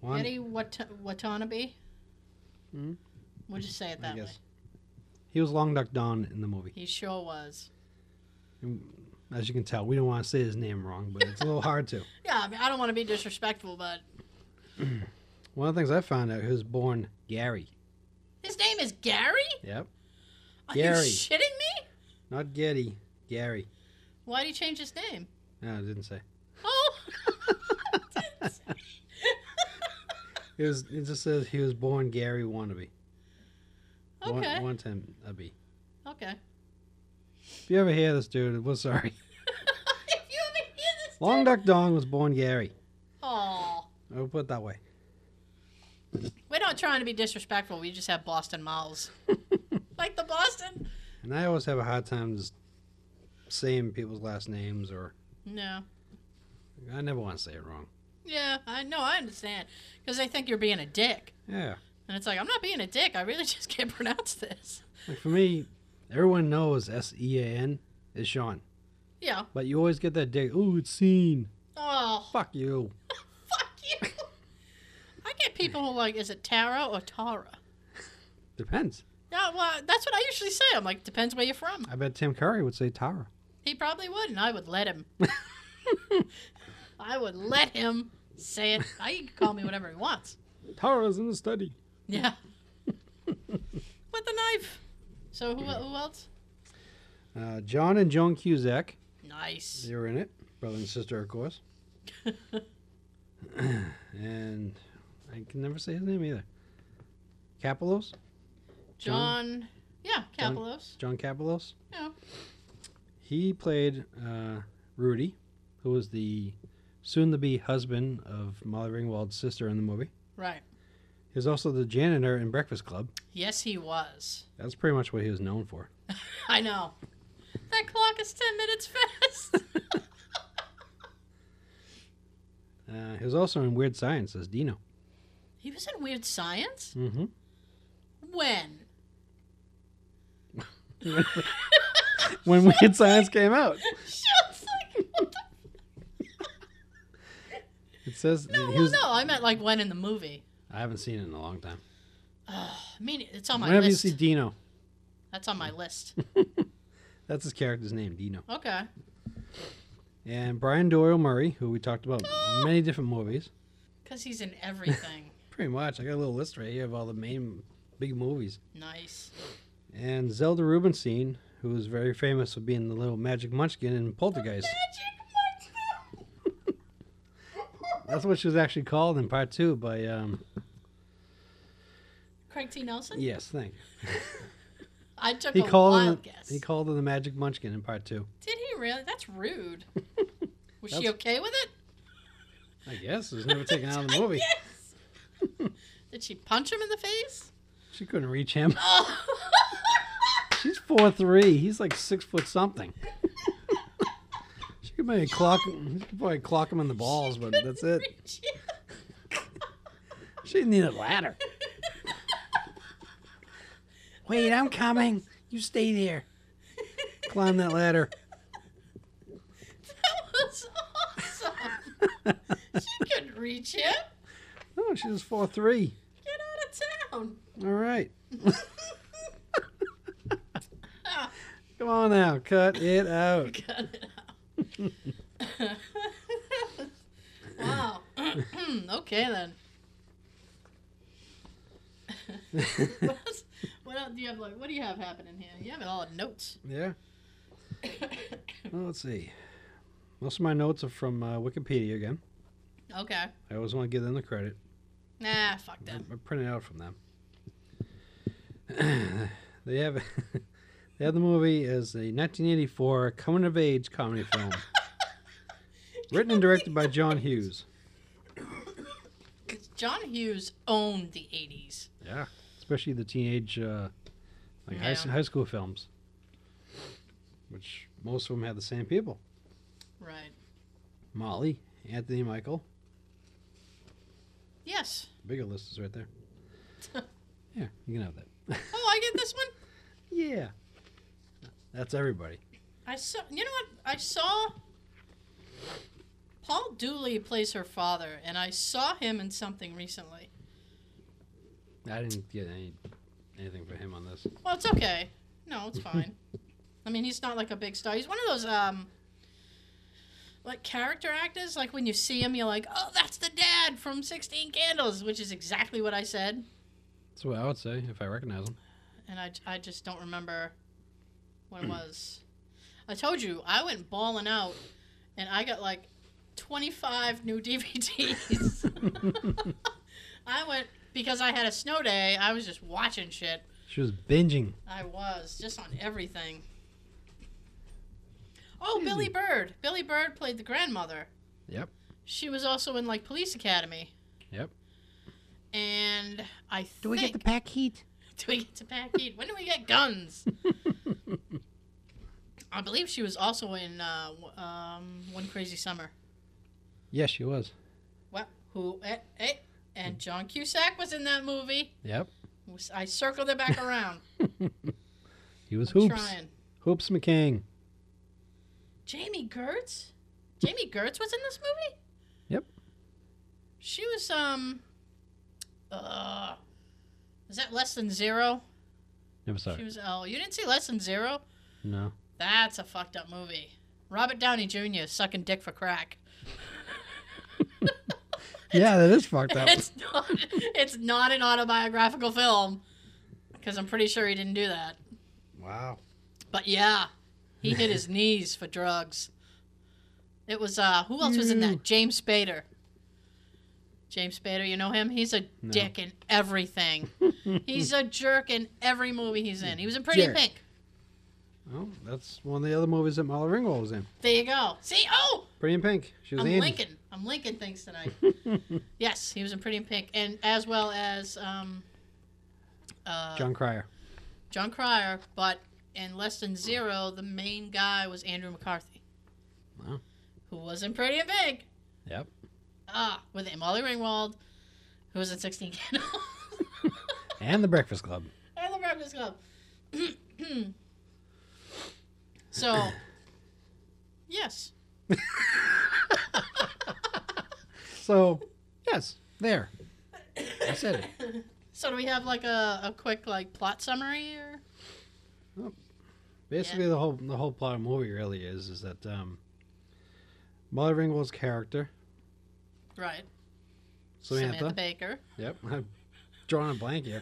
S3: Juan,
S2: Getty Wat- Watanabe.
S3: Mhm.
S2: We'll just say it
S3: I
S2: that way.
S3: guess. He was Long Duck Don in the movie.
S2: He sure was.
S3: As you can tell, we don't want to say his name wrong, but it's a little hard to.
S2: Yeah, I mean, I don't want to be disrespectful, but
S3: One of the things I found out, he was born Gary.
S2: his name is Gary.
S3: Yep.
S2: Are
S3: Gary.
S2: you shitting me?
S3: Not Getty. Gary.
S2: Why'd he change his name?
S3: No, it didn't say.
S2: Oh,
S3: It was. It just says he was born Gary Wannabe.
S2: Okay.
S3: One, one time a B.
S2: okay.
S3: If you ever hear this, dude, we're sorry.
S2: if you ever hear this,
S3: Long Duck Dong was born Gary.
S2: oh,
S3: I'll put it that way.
S2: we're not trying to be disrespectful. We just have Boston mouths, like the Boston.
S3: And I always have a hard time just saying people's last names, or
S2: No.
S3: I never want to say it wrong.
S2: Yeah, I know. I understand because they think you're being a dick,
S3: Yeah.
S2: and it's like I'm not being a dick. I really just can't pronounce this.
S3: Like for me, everyone knows S E A N is Sean,
S2: Yeah.
S3: but you always get that dig. Oh, it's seen.
S2: Oh,
S3: Fuck you.
S2: fuck you. I get people who are like, is it Tara or Tara?
S3: Depends.
S2: Yeah, well, that's what I usually say. I'm like, depends where you're from.
S3: I bet Tim Curry would say Tara.
S2: He probably would, and I would let him. I would let him say it. I can call me whatever he wants.
S3: Tara's in the study.
S2: Yeah. With the knife. So who, who else?
S3: Uh, John and Joan Cusack.
S2: Nice.
S3: They were in it, brother and sister, of course. and I can never say his name either. Capolos,
S2: John. Yeah,
S3: John-
S2: Capelos.
S3: John Capolos.
S2: Yeah.
S3: He played uh, Rudy, who was the soon-to-be husband of Molly Ringwald's sister in the movie.
S2: Right.
S3: He was also the janitor in Breakfast Club.
S2: Yes, he was.
S3: That's pretty much what he was known for.
S2: I know. That clock is 10 minutes fast.
S3: Uh, he was also in Weird Science as Dino.
S2: he was in Weird Science?
S3: Mm-hmm.
S2: When?
S3: When Weird Science came out,
S2: Sean's like, what the
S3: it says
S2: No,
S3: he
S2: well,
S3: was.
S2: no, I meant like when in the movie.
S3: I haven't seen it in a long time.
S2: I mean, it's on my
S3: Whenever
S2: list.
S3: you see Dino,
S2: That's on my list.
S3: that's his character's name, Dino.
S2: Okay.
S3: and Brian Doyle Murray, who we talked about
S2: Ah!
S3: in many different movies.
S2: Because he's in everything.
S3: Pretty much, I got a little list right here of all the main big movies.
S2: nice.
S3: And Zelda Rubinstein, who was very famous for being the little magic munchkin in Poltergeist.
S2: Magic
S3: That's what she was actually called in part two by, um, E
S2: Craig T. Nelson?
S3: yes, thank you.
S2: I took
S3: He
S2: a
S3: called
S2: wild
S3: him,
S2: guess.
S3: he called her the magic munchkin in part two.
S2: Did he really? That's rude. Was she
S3: That's-
S2: okay with it?
S3: I guess it was never taken out of the movie.
S2: Yes. Did she punch him in the face?
S3: She couldn't reach him.
S2: Oh.
S3: She's four three. He's like six foot something. She could maybe clock, she could probably clock him in the balls, but that's it.
S2: Reach in.
S3: She didn't need a ladder. Wait, I'm coming. You stay there. Climb that ladder.
S2: That was awesome. she couldn't reach him.
S3: Oh, she was Oh, four three.
S2: Get out of town.
S3: All right. Come on now, cut it out.
S2: Cut it out. wow. okay then. what else, what else do you have? Like, what do you have happening here? You have it all in notes.
S3: Yeah. Well, let's see. Most of my notes are from uh, Wikipedia again.
S2: okay.
S3: I always want to give them the credit.
S2: Nah, fuck
S3: I,
S2: them.
S3: I printed out from them. they have they have the movie as a 1984 coming of age comedy film, written and directed by John Hughes.
S2: 'Cause John Hughes owned the '80s.
S3: Yeah, especially the teenage uh, like high, s-
S2: Yeah.
S3: high school films, which most of them had the same people:
S2: Right.
S3: Molly, Anthony Michael.
S2: Yes.
S3: Bigger list is right there. yeah, you can have that.
S2: Oh, I get this one.
S3: Yeah, that's everybody.
S2: I saw. You know what? I saw. Paul Dooley plays her father, and I saw him in something recently.
S3: I didn't get any anything for him on this.
S2: Well, it's okay. No, it's fine. I mean, he's not like a big star. He's one of those um, like character actors. Like when you see him, you're like, "Oh, that's the dad from Sixteen Candles," which is exactly what I said.
S3: That's what I would say if I recognize him.
S2: And I, I just don't remember what it was. I told you I went balling out, and I got like twenty five new DVDs. I went because I had a snow day. I was just watching shit.
S3: She was binging.
S2: I was just on everything. Oh,
S3: Crazy.
S2: Billy Bird. Billy Bird played the grandmother.
S3: Yep.
S2: She was also in like Police Academy.
S3: Yep.
S2: And I think.
S4: pack heat?
S2: do we get to pack heat? When do we get guns? I believe she was also in uh, w- um, One Crazy Summer.
S3: Yes, she was.
S2: Well, who? Eh, eh, and John Cusack was in that movie.
S3: Yep.
S2: I circled it back around.
S3: He was
S2: I'm
S3: Hoops.
S2: trying.
S3: Hoops McCang.
S2: Jamie Gertz? Jamie Gertz was in this movie?
S3: Yep.
S2: She was um uh is that less than zero?
S3: Never saw
S2: She
S3: her.
S2: was oh, you didn't see less than zero?
S3: No.
S2: That's a fucked up movie. Robert Downey Jr. sucking dick for crack.
S3: Yeah, that is fucked up.
S2: It's not it's not an autobiographical film. Because I'm pretty sure he didn't do that.
S3: Wow.
S2: But yeah, he hit his knees for drugs. It was uh who else was in that? James Spader. James Spader, you know him? He's a
S3: No.
S2: dick in everything. he's a jerk in every movie he's in. He was in Pretty
S3: Jerk.
S2: Pink.
S3: Well, that's one of the other movies that Molly Ringwald was in.
S2: There you go. See, oh,
S3: Pretty in Pink. She was
S2: I'm
S3: Andy.
S2: Lincoln. I'm Lincoln things tonight. yes, he was in Pretty Pink, and as well as um, uh, John.
S3: John Cryer.
S2: Cryer. But in Less Than Zero, the main guy was Andrew McCarthy,
S3: Wow.
S2: who was in Pretty Pink.
S3: Yep.
S2: Ah, with Molly Ringwald, who was in 16 Candles
S3: And The Breakfast Club.
S2: and The Breakfast Club. so, yes.
S3: So, yes, there. I said it.
S2: So do we have like a, a quick like plot summary or?
S3: Basically, the whole the whole plot of the movie really is is that um, Molly Ringwald's character
S2: Right.
S3: Samantha.
S2: Baker.
S3: Yep, I'm drawing a blank here.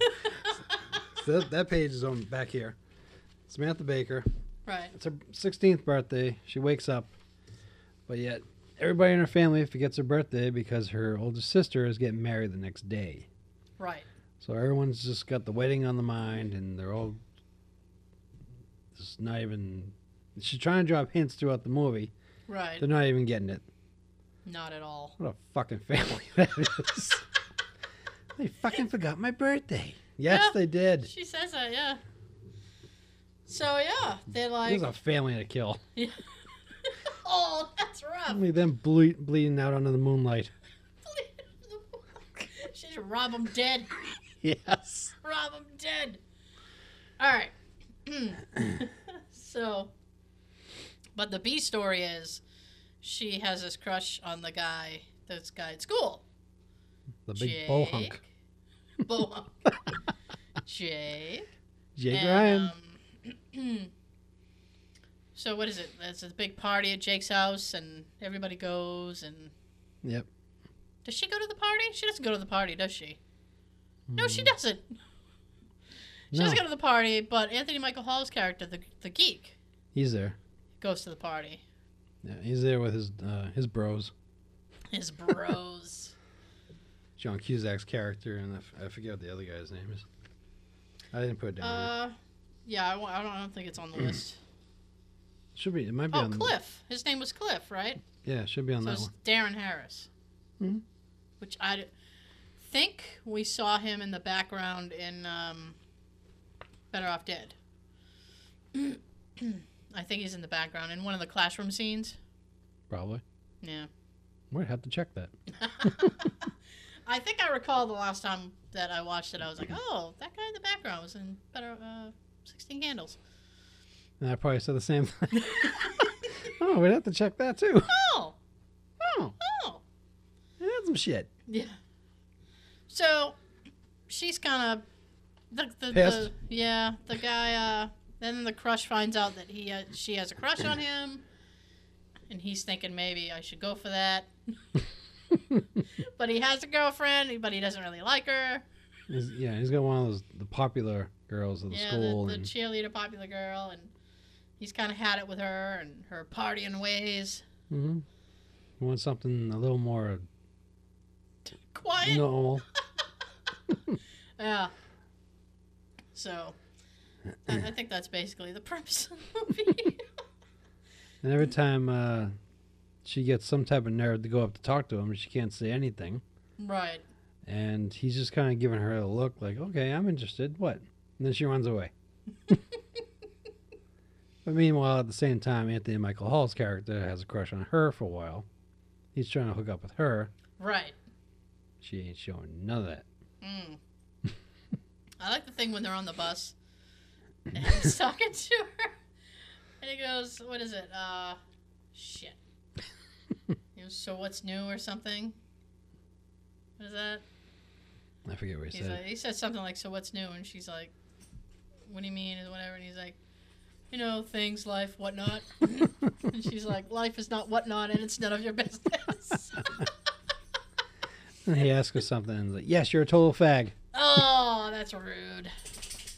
S3: so that, that page is on back here. Samantha Baker.
S2: Right.
S3: It's her 16th birthday. She wakes up, but yet everybody in her family forgets her birthday because her older sister is getting married the next day.
S2: Right.
S3: So everyone's just got the wedding on the mind, and they're all just not even. She's trying to drop hints throughout the movie.
S2: Right.
S3: They're not even getting it.
S2: Not at all.
S3: What a fucking family that is. they fucking forgot my birthday. Yes,
S2: Yeah.
S3: they did.
S2: She says that, yeah. So yeah, they're like,
S3: There's a family to kill.
S2: oh, that's rough.
S3: Only them ble- bleeding out under the moonlight.
S2: She's to rob them dead.
S4: Yes.
S2: rob them dead. All right. so, but the B story is she has this crush on the guy, this guy at school.
S3: The big bull hunk.
S2: Jake. Bohunk. Jake.
S3: Jake
S2: and,
S3: Ryan.
S2: um, so what is it? It's a big party at Jake's house, and everybody goes. And
S3: yep.
S2: does she go to the party? She doesn't go to the party, does she? No,
S3: Hmm.
S2: she doesn't. She
S3: No,
S2: doesn't go to the party, but Anthony Michael Hall's character, the the geek,
S3: he's there.
S2: goes to the party.
S3: Yeah, he's there with his uh, his bros.
S2: His bros.
S3: John Cusack's character, and I, f- I forget what the other guy's name is. I didn't put it down. here.
S2: uh, yeah, I, wa- I don't, I don't think it's on the
S3: Mm.
S2: list.
S3: should be. It might be
S2: Oh,
S3: on.
S2: Cliff. His name was Cliff, right?
S3: Yeah, it should be on
S2: So
S3: that
S2: it's
S3: one.
S2: Darren Harris,
S3: Mhm.
S2: which I d- think we saw him in the background in um, Better Off Dead. I think he's in the background in one of the classroom scenes.
S3: Probably.
S2: Yeah,
S3: Might have to check that.
S2: I think I recall the last time that I watched it, I was like, "Oh, that guy in the background was in Better uh, Sixteen Candles."
S3: And I probably said the same thing. oh, we'd have to check that too.
S2: Oh,
S3: Oh,
S2: oh,
S3: that's some shit.
S2: yeah. So she's kind of the, the, the
S3: Pissed?
S2: yeah the guy uh then the crush finds out that he uh, she has a crush on him and he's thinking maybe I should go for that but he has a girlfriend but he doesn't really like her
S3: He's, yeah, he's got one of those the popular girls of the
S2: yeah
S3: school,
S2: the, the
S3: and
S2: cheerleader popular girl and he's kind of had it with her and her partying ways
S3: Mhm. he wants something a little more
S2: quiet
S3: normal.
S2: yeah so I, I think that's basically the premise of the movie
S3: And every time uh, she gets some type of nerd to go up to talk to him, she can't say anything,
S2: right
S3: and he's just kind of giving her a look like, "Okay, I'm interested. What?" And then she runs away. but meanwhile, at the same time, Anthony Michael Hall's character has a crush on her for a while. He's trying to hook up with her.
S2: right
S3: She ain't showing none of that.
S2: Mm. I like the thing when they're on the bus and he's talking to her. And he goes, What is it? Uh, shit. He goes, so what's new or something? What is that?
S3: I forget what he
S2: He's
S3: said.
S2: like, he says something like, So what's new? And she's like, What do you mean? And whatever. And he's like, You know, things, life, whatnot. and she's like, Life is not whatnot and it's none of your business.
S3: And he asks her something, and he's like, "Yes, you're a total fag."
S2: oh, that's rude.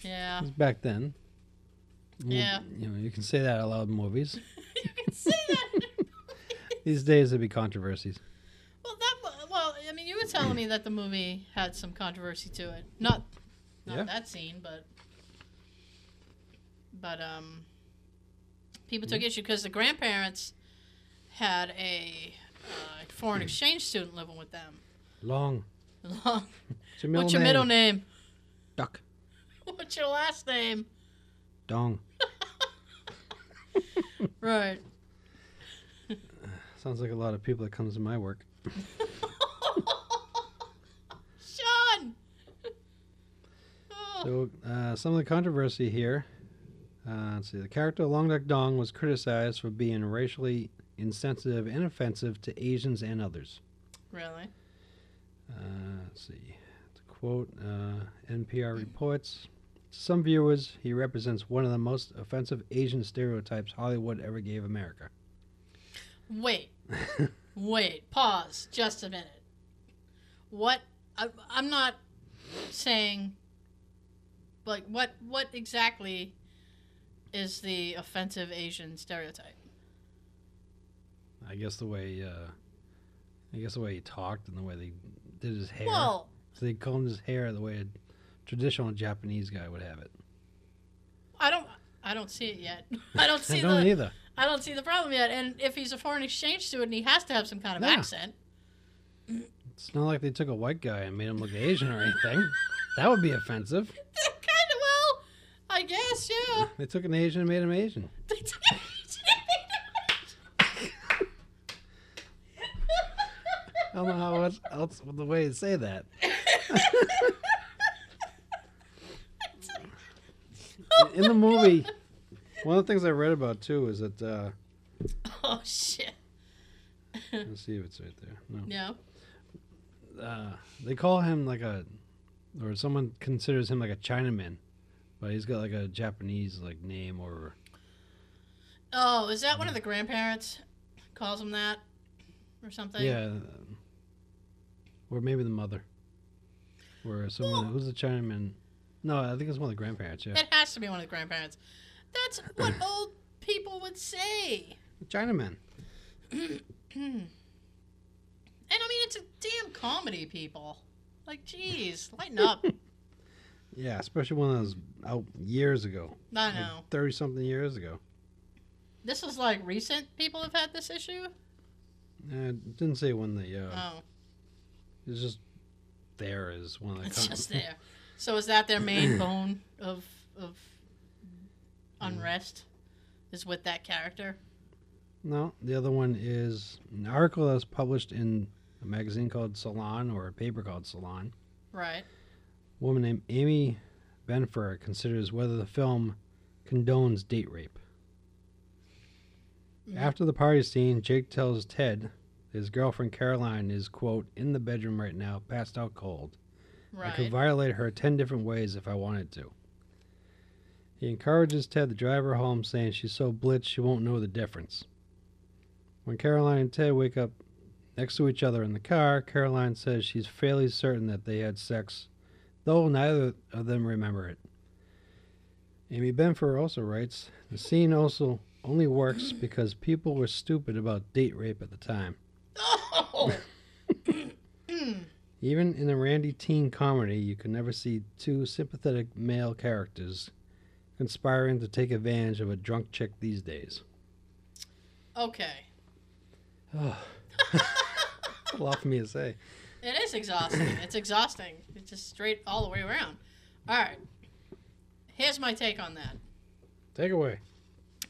S2: Yeah.
S3: It's back then. Well,
S2: Yeah.
S3: you know, you can say that out loud in movies.
S2: you can say that.
S3: These days, there'd be controversies.
S2: well, that wa- well, I mean, you were telling me that the movie had some controversy to it. Not, not
S3: Yeah.
S2: that scene, but but um, people
S3: Mm-hmm.
S2: took issue because the grandparents had a uh, foreign exchange student living with them.
S3: Long. What's your Hmm. middle
S2: What's your
S3: name?
S2: middle name?
S4: Duck.
S2: What's your last name?
S3: Dong.
S2: Right.
S3: Sounds like a lot of people that comes to my work.
S2: Sean. Oh,
S3: So, uh, some of the controversy here. Uh, let's see. The character Long Duck Dong was criticized for being racially insensitive and offensive to Asians and others.
S2: really?
S3: Uh, let's see. To quote uh, NPR reports, to some viewers, he represents one of the most offensive Asian stereotypes Hollywood ever gave America.
S2: Wait. Wait. Pause. Just a minute. What? I, I'm not saying. Like what? What exactly is the offensive Asian stereotype?
S3: I guess the way, uh, I guess the way he talked and the way they did his hair.
S2: Well,
S3: So they combed his hair the way a traditional Japanese guy would have it.
S2: I don't. I don't see it yet. I don't see
S3: I don't
S2: the.
S3: either.
S2: I don't see the problem yet. And if he's a foreign exchange student, he has to have some kind of
S3: Yeah.
S2: accent.
S3: It's not like they took a white guy and made him look Asian or anything. That would be offensive.
S2: kind of well, I guess. Yeah.
S3: They took an Asian and made him Asian. I don't know how else, else the way to say that. In the movie, one of the things I read about too is that uh,
S2: Oh shit.
S3: let's see if it's right there. No.
S2: No.
S3: uh, they call him like a, or someone considers him like a Chinaman, but he's got like a Japanese like name or
S2: Oh, is that one of the grandparents calls him that or something?
S3: yeah, um, or maybe the mother, or someone who's a Chinaman. No, I think it's one of the grandparents. Yeah,
S2: That has to be one of the grandparents. That's what old people would say.
S3: Chinaman.
S2: And I mean, it's a damn comedy, people. Like, geez, lighten up.
S3: Yeah, especially one that was out years ago,
S2: I know.
S3: thirty something years ago.
S2: This is like recent people have had this issue.
S3: Uh, it didn't say when the. Uh,
S2: Oh,
S3: It's just there is one of the.
S2: it's
S3: con-
S2: just there. So is that their main bone of of unrest? Is with that character?
S3: No, the other one is an article that was published in a magazine called Salon or a paper called Salon.
S2: Right.
S3: A woman named Amy Benfer considers whether the film condones date rape. After the party scene, Jake tells Ted that his girlfriend Caroline is, quote, in the bedroom right now, passed out cold. I could
S2: Right.
S3: violate her 10 different ways if I wanted to. He encourages Ted to drive her home, saying she's so blitzed she won't know the difference. When Caroline and Ted wake up next to each other in the car, Caroline says she's fairly certain that they had sex, though neither of them remember it. Amy Benfer also writes The scene also only works because people were stupid about date rape at the time.
S2: Oh,
S3: Even in a Randy teen comedy, you can never see two sympathetic male characters conspiring to take advantage of a drunk chick these days.
S2: okay.
S3: That's a lot for me to say.
S2: It is exhausting. It's exhausting. It's just straight all the way around. All right. Here's my take on that.
S3: Take away.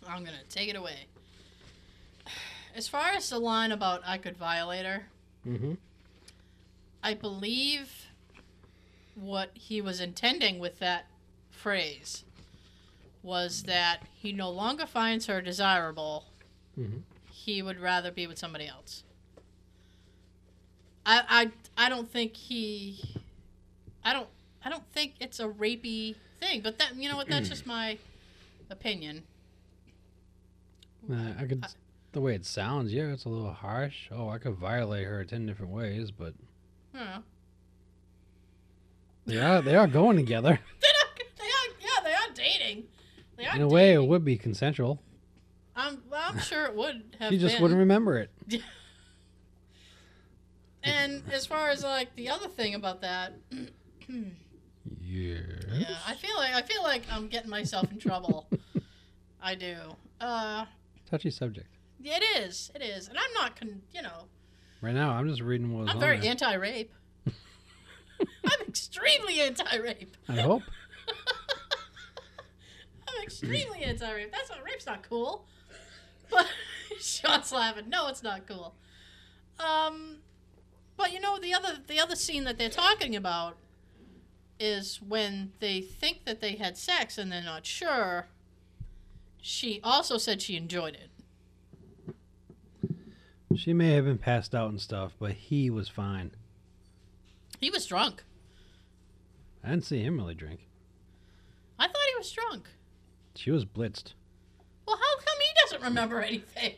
S2: I'm gonna take it away. As far as the line about I could violate her,
S3: Mm-hmm.
S2: I believe what he was intending with that phrase was that he no longer finds her desirable.
S3: Mhm.
S2: He would rather be with somebody else. I, I I don't think he I don't I don't think it's a rapey thing, but that you know what that's just my opinion.
S3: Uh, I could. the way it sounds, yeah, it's a little harsh. Oh, I could violate her ten different ways, but
S2: I don't know.
S3: they are they are going together.
S2: They're not, they are, yeah, they are dating. They are
S3: In a way, it
S2: dating.
S3: would be consensual.
S2: I'm, well, I'm sure it would have
S3: She just
S2: been.
S3: wouldn't remember it.
S2: And as far as like the other thing about that,
S3: Yeah.
S2: yeah, I feel like I feel like I'm getting myself in trouble. I do. Uh,
S3: Touchy subject.
S2: it is, it is, and I'm not con. You know,
S3: Right now, I'm just reading what was
S2: I'm
S3: on
S2: very
S3: there.
S2: anti-rape. I'm extremely anti-rape.
S3: I hope.
S2: I'm extremely anti-rape. That's not rape's not cool. But Sean's laughing. No, it's not cool. Um, but you know the other the other scene that they're talking about is when they think that they had sex and they're not sure. She also said she enjoyed it.
S3: She may have been passed out and stuff, but he was fine.
S2: He was drunk.
S3: I didn't see him really drink.
S2: I thought he was drunk.
S3: She was blitzed.
S2: Well, how come he doesn't remember anything?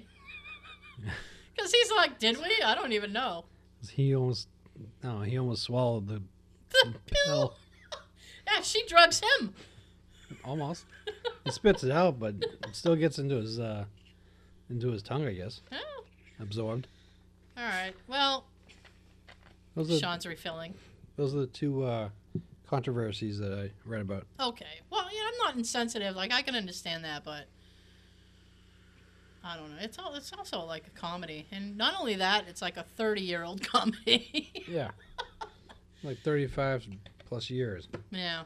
S2: Because he's like, did we? I don't even know.
S3: He almost, no, he almost swallowed the
S2: The pill.
S3: pill.
S2: Yeah, she drugs him.
S3: Almost. he spits it out, but it still gets into his, uh, into his tongue, I guess.
S2: Oh.
S3: Absorbed.
S2: All right. Well,
S3: Those are
S2: Sean's refilling.
S3: those are the two uh, controversies that I read about.
S2: Okay. Well, yeah, I'm not insensitive. Like I can understand that, but I don't know. It's all. It's also like a comedy, and not only that, it's like a 30 year old comedy.
S3: Yeah. like thirty-five plus years.
S2: yeah.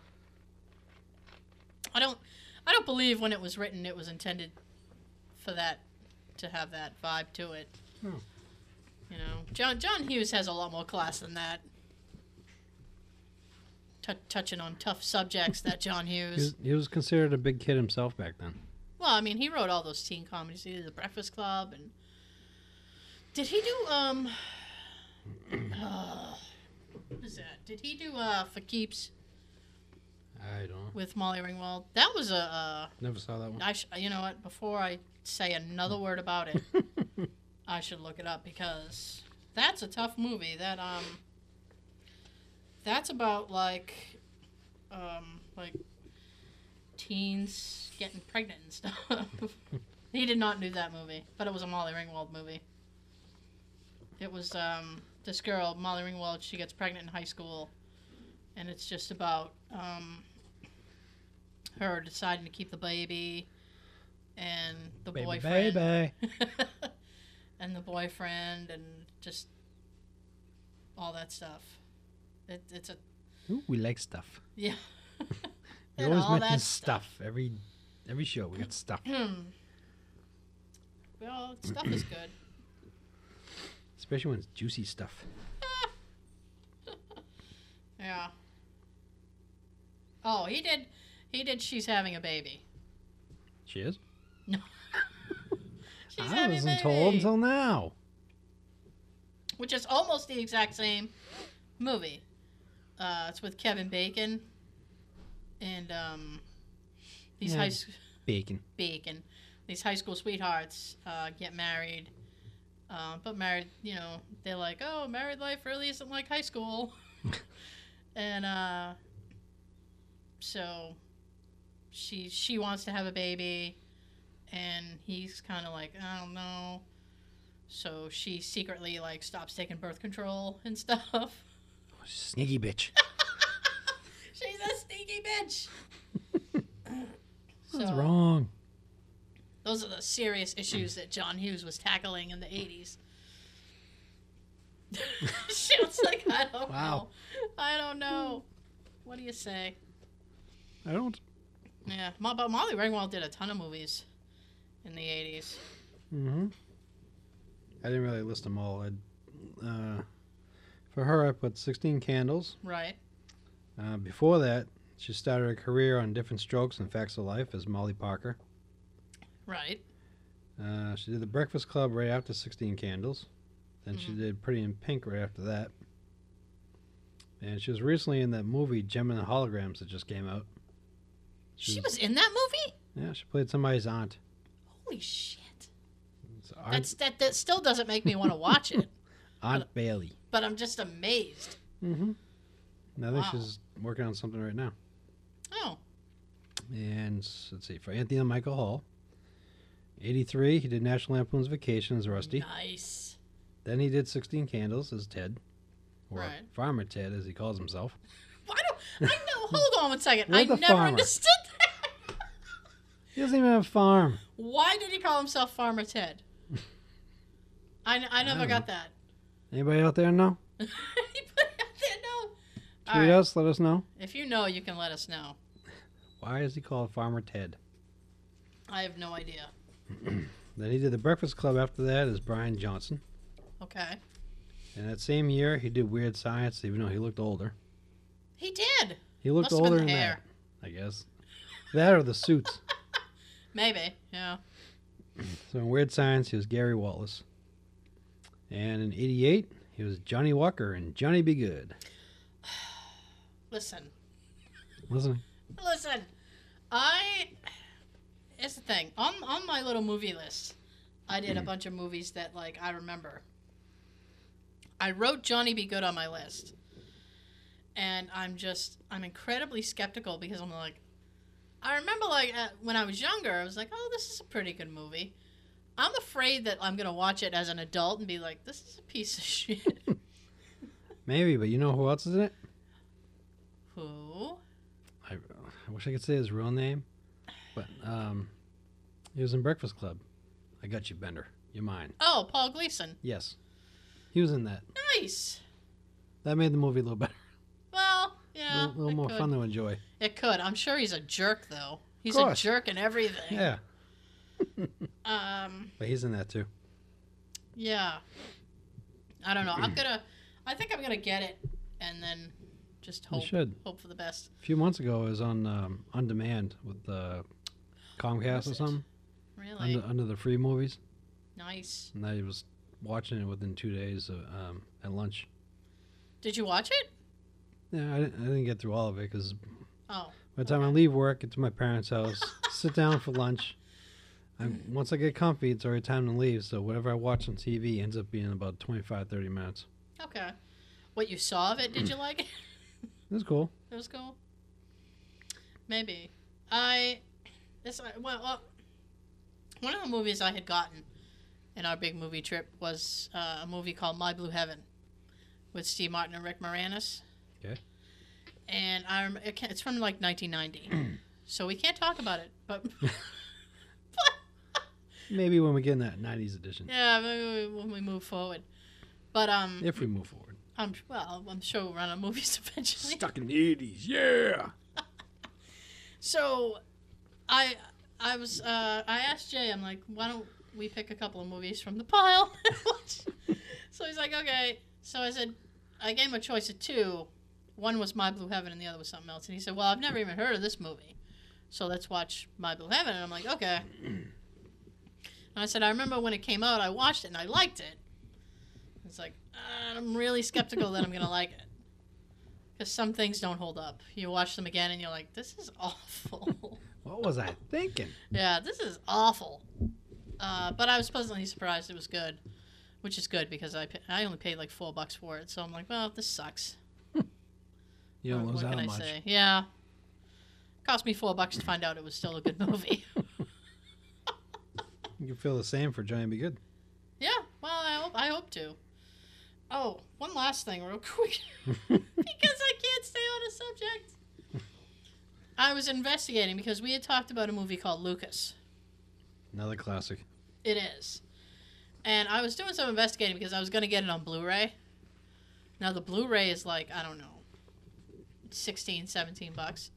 S2: I don't. I don't believe when it was written, it was intended for that to have that vibe to it.
S3: Oh.
S2: You know, John John Hughes has a lot more class than that. t- touching on tough subjects that John
S3: He
S2: Hughes.
S3: was, he was considered a big kid himself back then.
S2: Well, I mean, he wrote all those teen comedies. He did The Breakfast Club, and did he do um? uh, what is that? Did he do uh for keeps
S3: I don't know.
S2: with Molly Ringwald? That was a. Uh,
S3: Never saw that one.
S2: I sh- you know what? Before I say another word about it, I should look it up because that's a tough movie. That um, that's about like, um, like teens getting pregnant and stuff. he did not do that movie, but it was a Molly Ringwald movie. It was um, this girl Molly Ringwald. She gets pregnant in high school, and it's just about um, her deciding to keep the baby, and the
S3: Baby,
S2: boyfriend
S3: baby.
S2: and the boyfriend and just all that stuff. It, it's a
S3: Ooh, we like stuff.
S2: yeah.
S3: We always mention stuff. every every show. We got stuff.
S2: hmm. well, stuff is good.
S3: Especially when it's juicy stuff.
S2: Yeah. Oh, he did. He did. She's having a baby.
S3: Cheers.
S2: No. She's
S3: I
S2: having
S3: wasn't
S2: a
S3: told
S2: baby,
S3: until now.
S2: which is almost the exact same movie. Uh, it's with Kevin Bacon and um, these
S3: Yeah.
S2: high school.
S3: Bacon.
S2: bacon. These high school sweethearts uh, get married, uh, but married, you know, they're like, oh, married life really isn't like high school. and uh, so she she wants to have a baby, and he's kind of like, I don't know. So she secretly like stops taking birth control and stuff.
S3: Sneaky bitch.
S2: She's a sneaky bitch.
S3: What's
S2: So-
S3: wrong?
S2: Those are the serious
S3: Mm.
S2: issues that John Hughes was tackling in the 80s. she was like, I don't
S3: Wow.
S2: know. I don't know. What do you say?
S3: I don't.
S2: Yeah, Mo- but Molly Ringwald did a ton of movies in the 80s.
S3: Mm-hmm. I didn't really list them all. I, uh, for her, I put 16 Candles.
S2: Right.
S3: Uh, before that, she started a career on Different Strokes and Facts of Life as Molly Parker.
S2: Right.
S3: Uh, she did The Breakfast Club right after 16 Candles. Then she
S2: Mm-hmm.
S3: did Pretty in Pink right after that. And she was recently in that movie, Gem and the Holograms, that just came out.
S2: She
S3: She's-
S2: was in that movie?
S3: Yeah, she played somebody's aunt.
S2: Holy shit.
S3: It's
S2: That's
S3: Aunt,
S2: that that still doesn't make me want to watch it,
S3: aunt Bailey.
S2: but I'm just amazed.
S3: Mm-hmm. And I think
S2: Wow.
S3: she's working on something right now.
S2: Oh,
S3: And s- let's see, for Anthony and Michael Hall, 83, he did National Lampoon's Vacation as Rusty.
S2: nice.
S3: Then he did 16 Candles as Ted, or
S2: Right.
S3: Farmer Ted, as he calls himself.
S2: Why don't I know? Hold on one second.
S3: We're
S2: I
S3: the
S2: never
S3: farmer.
S2: understood that.
S3: He doesn't even have a farm.
S2: Why did he call himself Farmer Ted? I, n- I never
S3: don't
S2: got that.
S3: Anybody out there know?
S2: he put it out there, no. All
S3: Tweet
S2: right.
S3: us, let us know.
S2: If you know, you can let us know.
S3: Why is he called Farmer Ted?
S2: I have no idea.
S3: Then he did The Breakfast Club after that as Brian Johnson.
S2: Okay.
S3: And that same year, he did Weird Science, even though he looked older.
S2: He did.
S3: He looked
S2: Must've been
S3: older
S2: the
S3: in that,
S2: hair.
S3: I guess. That or the suits.
S2: Maybe. Yeah.
S3: So in Weird Science, he was Gary Wallace. And in 88, he was Johnny Walker and Johnny Be Good.
S2: Listen.
S3: Listen,
S2: Listen. I. It's the thing. On, on my little movie list, I
S3: Mm.
S2: did a bunch of movies that, like, I remember. I wrote Johnny Be Good on my list. And I'm just, I'm incredibly skeptical because I'm like, I remember like uh, when I was younger, I was like, oh, this is a pretty good movie. I'm afraid that I'm going to watch it as an adult and be like, this is a piece of shit.
S3: maybe, but you know who else is in it?
S2: Who?
S3: I, I wish I could say his real name, but um, he was in Breakfast Club. I got you, Bender. You're mine.
S2: Oh, Paul Gleason.
S3: Yes, he was in that.
S2: Nice.
S3: That made the movie a little better,
S2: Well,
S3: a
S2: yeah.
S3: little, little
S2: it
S3: more
S2: could.
S3: fun to enjoy.
S2: It could. I'm sure he's a jerk, though. He's a
S3: course.
S2: jerk in everything.
S3: Yeah,
S2: Um,
S3: but he's in that too.
S2: yeah. I don't know. I'm gonna. I think I'm gonna get it, and then Just hope.
S3: should.
S2: Hope for the best.
S3: A few months ago, it was on um, on demand with uh,
S2: Was
S3: Comcast or
S2: it?
S3: something
S2: Really
S3: under, under the free movies,
S2: nice.
S3: and I was watching it within two days uh, um, at lunch.
S2: Did you watch it?
S3: Yeah, I didn't, I didn't get through all of it because
S2: Oh,
S3: by the time I
S2: Okay.
S3: leave work, get to my parents' house, sit down for lunch. I, once I get comfy, it's already time to leave. So whatever I watch on TV ends up being about 25, 30 minutes.
S2: okay. What you saw of it? Did you like it?
S3: That's cool.
S2: It was cool. Maybe I. This uh, well, well, one of the movies I had gotten in our big movie trip was uh, a movie called My Blue Heaven with Steve Martin and Rick Moranis.
S3: Okay.
S2: And I rem- it ca- it's from like 1990, so we can't talk about it. But
S3: Maybe when we get in that 90s edition,
S2: yeah, maybe we- when we move forward. But um,
S3: if we move forward.
S2: I'm well, I'm sure we'll run out of movies eventually.
S4: in the 80s. Yeah.
S2: So, I I was uh, I asked Jay. I'm like, why don't we pick a couple of movies from the pile? so he's like, okay. So I said, I gave him a choice of two. One was My Blue Heaven, and the other was something else. And he said, well, I've never even heard of this movie, so let's watch My Blue Heaven. And I'm like, okay. And I said, I remember when it came out, I watched it and I liked it. It's like uh, I'm really skeptical that I'm gonna like it. Because some things don't hold up. You watch them again and you're like, this is awful.
S3: What was I thinking?
S2: yeah, this is awful. Uh, but I was pleasantly surprised it was good, which is good because I, pa- I only paid like four bucks for it. So I'm like, well, this sucks.
S3: You don't
S2: What-
S3: lose
S2: what
S3: out
S2: can I
S3: much.
S2: say? Yeah. Cost me four bucks to find out it was still a good movie.
S3: You can feel the same for Johnny Be Good.
S2: Yeah, well, I hope I hope to. Oh, one last thing, real quick, because I can't stay on a subject. I was investigating because we had talked about a movie called Lucas.
S3: Another classic.
S2: It is, and I was doing some investigating because I was going to get it on Blu-ray. Now the Blu-ray is like I don't know, 16, 17 bucks,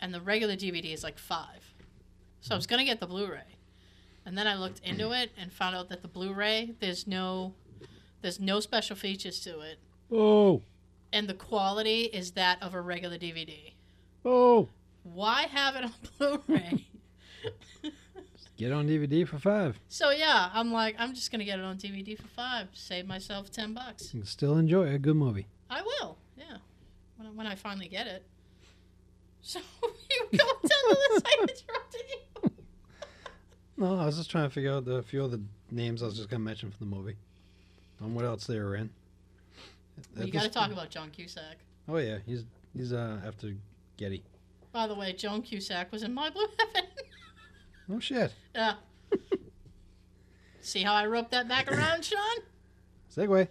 S2: and the regular DVD is like five. So I was going to get the Blu-ray, and then I looked into it and found out that the Blu-ray there's no, there's no special features to it,
S3: Oh,
S2: and the quality is that of a regular DVD.
S3: oh.
S2: Why have it on Blu-ray?
S3: Get on DVD for five.
S2: so yeah, I'm like I'm just going to get it on DVD for five, save myself ten bucks.
S3: You can still enjoy a good movie.
S2: I will. Yeah. When I, when I finally get it. So you go tell me this. I interrupted you.
S3: No, I was just trying to figure out the few of the names I was just gonna mention from the movie, and what else they were in.
S2: You
S3: At
S2: got to
S3: this-
S2: talk about John Cusack.
S3: Oh yeah, he's he's uh after Getty.
S2: By the way, Joan Cusack was in My Blue Heaven.
S3: Oh shit.
S2: yeah. See how I roped that back around, Sean?
S3: Segway.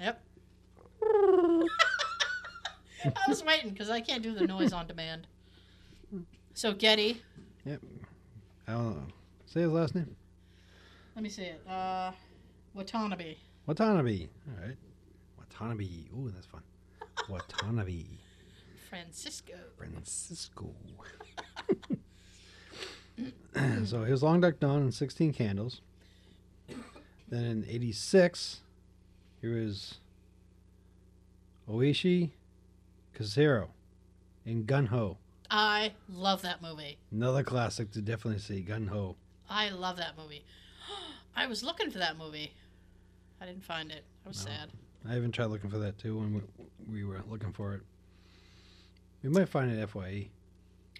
S2: Yep. I was waiting because I can't do the noise on demand. So Getty,
S3: I don't know. Say his last name.
S2: let me see it. Uh, Watanabe.
S3: Watanabe. All right. Watanabe. Ooh, that's fun. Watanabe.
S2: Francisco.
S3: Francisco. so he was Long Duck Dawn and 16 Candles. Then in 86, he was Oishi Kazero in Gun Ho.
S2: I love that movie.
S3: Another classic to definitely see, Gun Ho.
S2: I love that movie. I was looking for that movie. I didn't find it. I was
S3: No.
S2: sad.
S3: I even tried looking for that too when we, we were looking for it. We might find it E. FYE.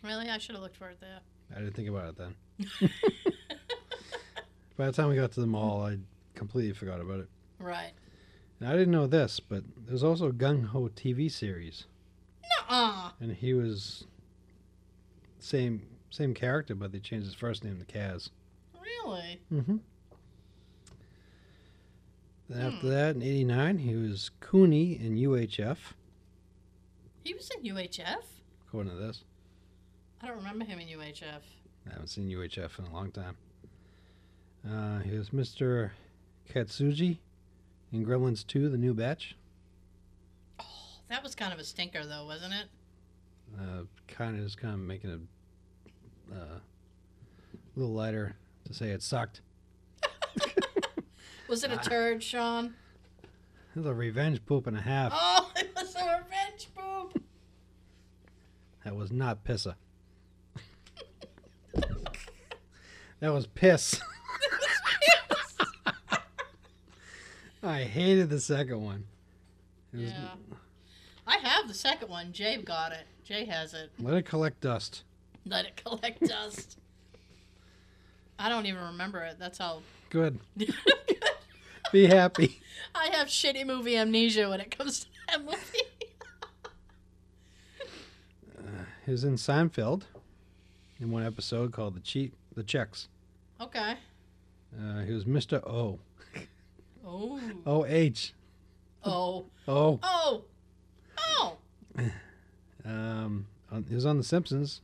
S2: Really, I should have looked for it there.
S3: I didn't think about it then. By the time we got to the mall, I completely forgot about it.
S2: Right.
S3: And I didn't know this, but there's also a Gung Ho TV series,
S2: Nuh-uh.
S3: and he was same same character, but they changed his first name to Kaz.
S2: Really?
S3: Mm-hmm. Then after that, in '89, he was Cooney in UHF,
S2: He was in UHF?
S3: according to this.
S2: I don't remember him in UHF.
S3: I haven't seen UHF in a long time. Uh, he was Mr. Katsuji in Gremlins 2, The New Batch.
S2: That was kind of a stinker, though, wasn't it?
S3: Uh, kind of just kind of making it uh, a little lighter to say it sucked.
S2: Was it a turd, Sean?
S3: It was a revenge poop and a half.
S2: Oh, it was a revenge poop.
S3: That was not pissa. that was piss. I hated the second one. It was-
S2: Yeah. I have the second one. Jay got it. Jay has it.
S3: Let it collect dust.
S2: Let it collect dust. I don't even remember it. That's how.
S3: Good. Be happy.
S2: I have shitty movie amnesia when it comes to that movie.
S3: He was in Seinfeld in one episode called The Cheat The Checks.
S2: okay.
S3: Uh, he was Mr. O.
S2: Oh.
S3: O H.
S2: Oh.
S3: O.
S2: Oh. Oh.
S3: Um on- he was on The Simpsons.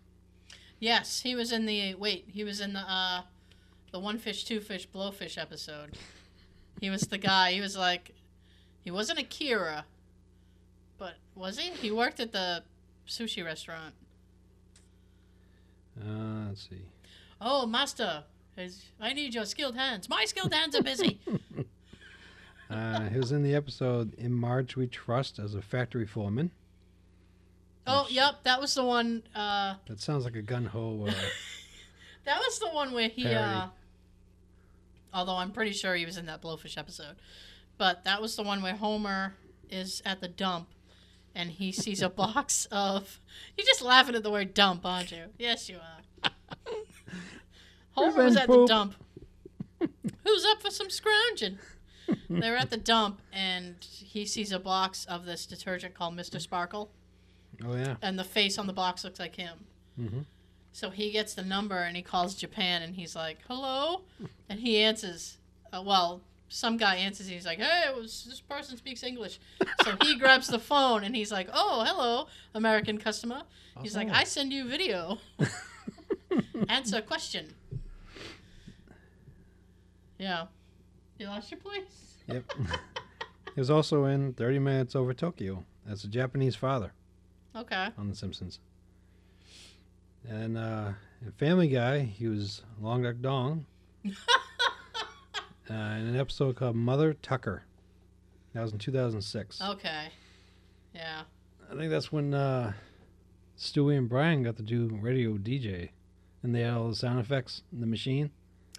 S2: Yes, he was in the wait. He was in the uh, the one fish, two fish, blowfish episode. He was the guy. He was like, he wasn't Akira, but was he? He worked at the sushi restaurant.
S3: Uh, let's see.
S2: Oh, master, is- I need your skilled hands. My skilled hands are busy.
S3: Uh, he was in the episode In March We Trust as a factory foreman.
S2: oh, yep, that was the one. Uh,
S3: That sounds like a gun ho. Uh,
S2: that was the one where he.
S3: Parody.
S2: Uh, although I'm pretty sure he was in that blowfish episode, but that was the one where Homer is at the dump. And he sees a box of. You're just laughing at the word dump, aren't you? Yes, you are. Homer was
S3: Revenge
S2: at the
S3: poop.
S2: dump. Who's up for some scrounging? they were at the dump, and he sees a box of this detergent called Mr. Sparkle.
S3: oh yeah.
S2: and the face on the box looks like him.
S3: Mhm.
S2: So he gets the number and he calls Japan and he's like, "Hello," and he answers. Uh, well, some guy answers. And he's like, "Hey, it was, this person speaks English." So he grabs the phone and he's like, "Oh, hello, American customer." He's like,
S3: Oh.
S2: "I send you video. Answer a question." Yeah, you lost your place.
S3: Yep. he was also in 30 Minutes Over Tokyo as a Japanese father
S2: Okay.
S3: on The Simpsons. And uh, in Family Guy, he was Long Duck Dong uh, in an episode called Mother Tucker. That was in
S2: Oh,
S3: 2006.
S2: Okay. Yeah.
S3: I think that's when uh, Stewie and Brian got to do radio DJ and they had all the sound effects in the machine.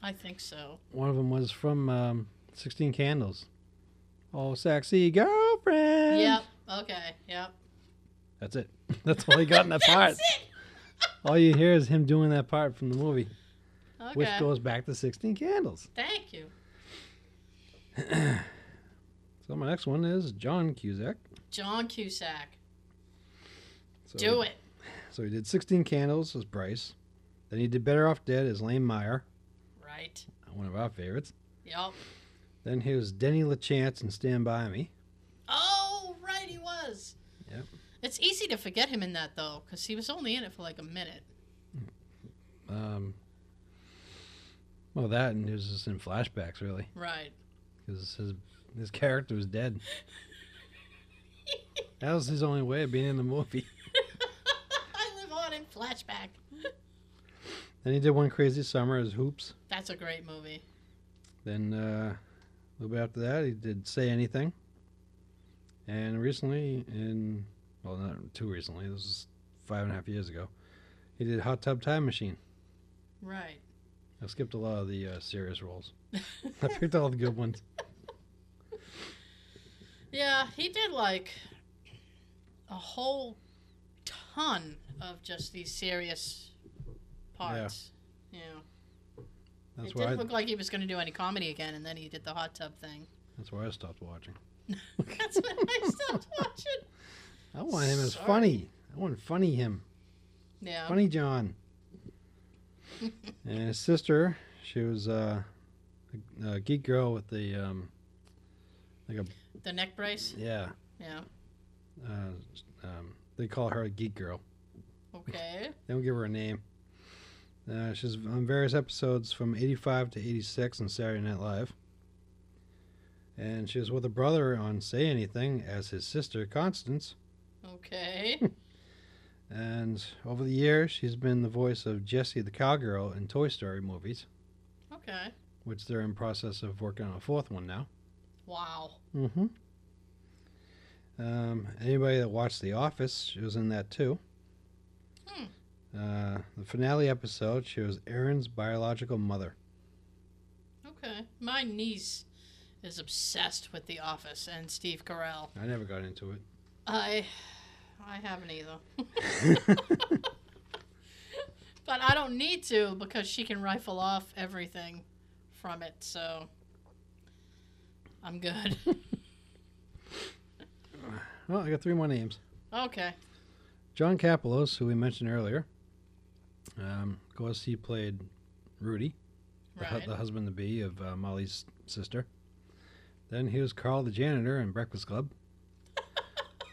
S2: I think so.
S3: One of them was from um, 16 Candles. Oh, sexy girlfriend.
S2: Yep. Okay. Yep.
S3: That's it. That's all he got in that part. All you hear is him doing that part from the movie,
S2: Okay.
S3: which goes back to 16 Candles.
S2: Thank you.
S3: So my next one is John Cusack.
S2: John Cusack.
S3: So,
S2: Do it.
S3: So he did 16 Candles as Bryce. Then he did Better Off Dead as Lane Meyer,
S2: Right.
S3: one of our favorites.
S2: Yep.
S3: Then he was Denny LaChance in Stand By Me.
S2: Oh, right, he was.
S3: Yep.
S2: It's easy to forget him in that, though, because he was only in it for like a minute.
S3: Um, well, that and he was just in flashbacks, really,
S2: Right.
S3: because his, his character was dead. that was his only way of being in the movie.
S2: I live on in flashback.
S3: Then he did One Crazy Summer as Hoops.
S2: That's a great movie.
S3: Then uh, a little bit after that, he did Say Anything. And recently, in well, not too recently, this was five and a half years ago, he did Hot Tub Time Machine.
S2: Right.
S3: I skipped a lot of the uh, serious roles. I picked all the good ones.
S2: Yeah, he did like a whole ton of just these serious parts. Yeah.
S3: That's
S2: it
S3: why.
S2: didn't
S3: I,
S2: look like he was going to do any comedy again, and then he did the hot tub thing.
S3: that's why I stopped watching.
S2: That's when I stopped watching.
S3: I want him as
S2: Sorry.
S3: funny. I want funny him,
S2: Yeah.
S3: funny John. and his sister, she was uh, a, a geek girl with the um, like a
S2: The neck brace.
S3: yeah.
S2: Yeah.
S3: uh, um, they call her a geek girl.
S2: Okay.
S3: They don't give her a name. Uh, she's on various episodes from 85 to 86 on Saturday Night Live. And she was with a brother on Say Anything as his sister, Constance.
S2: Okay.
S3: And over the years, she's been the voice of Jessie the Cowgirl in Toy Story movies,
S2: Okay.
S3: which they're in process of working on a fourth one now.
S2: Wow.
S3: Mm-hmm. Um, anybody that watched The Office, she was in that too. Uh, the finale episode, she was Aaron's biological mother.
S2: Okay. My niece is obsessed with The Office and Steve Carell.
S3: I never got into it.
S2: I, I haven't either. but I don't need to because she can rifle off everything from it, so I'm good.
S3: Well, Oh, I got three more names.
S2: okay.
S3: John Capolos, who we mentioned earlier, um, of course, he played Rudy, the, hu-
S2: Right.
S3: the husband to be of uh, Molly's sister. Then he was Carl the janitor in Breakfast Club.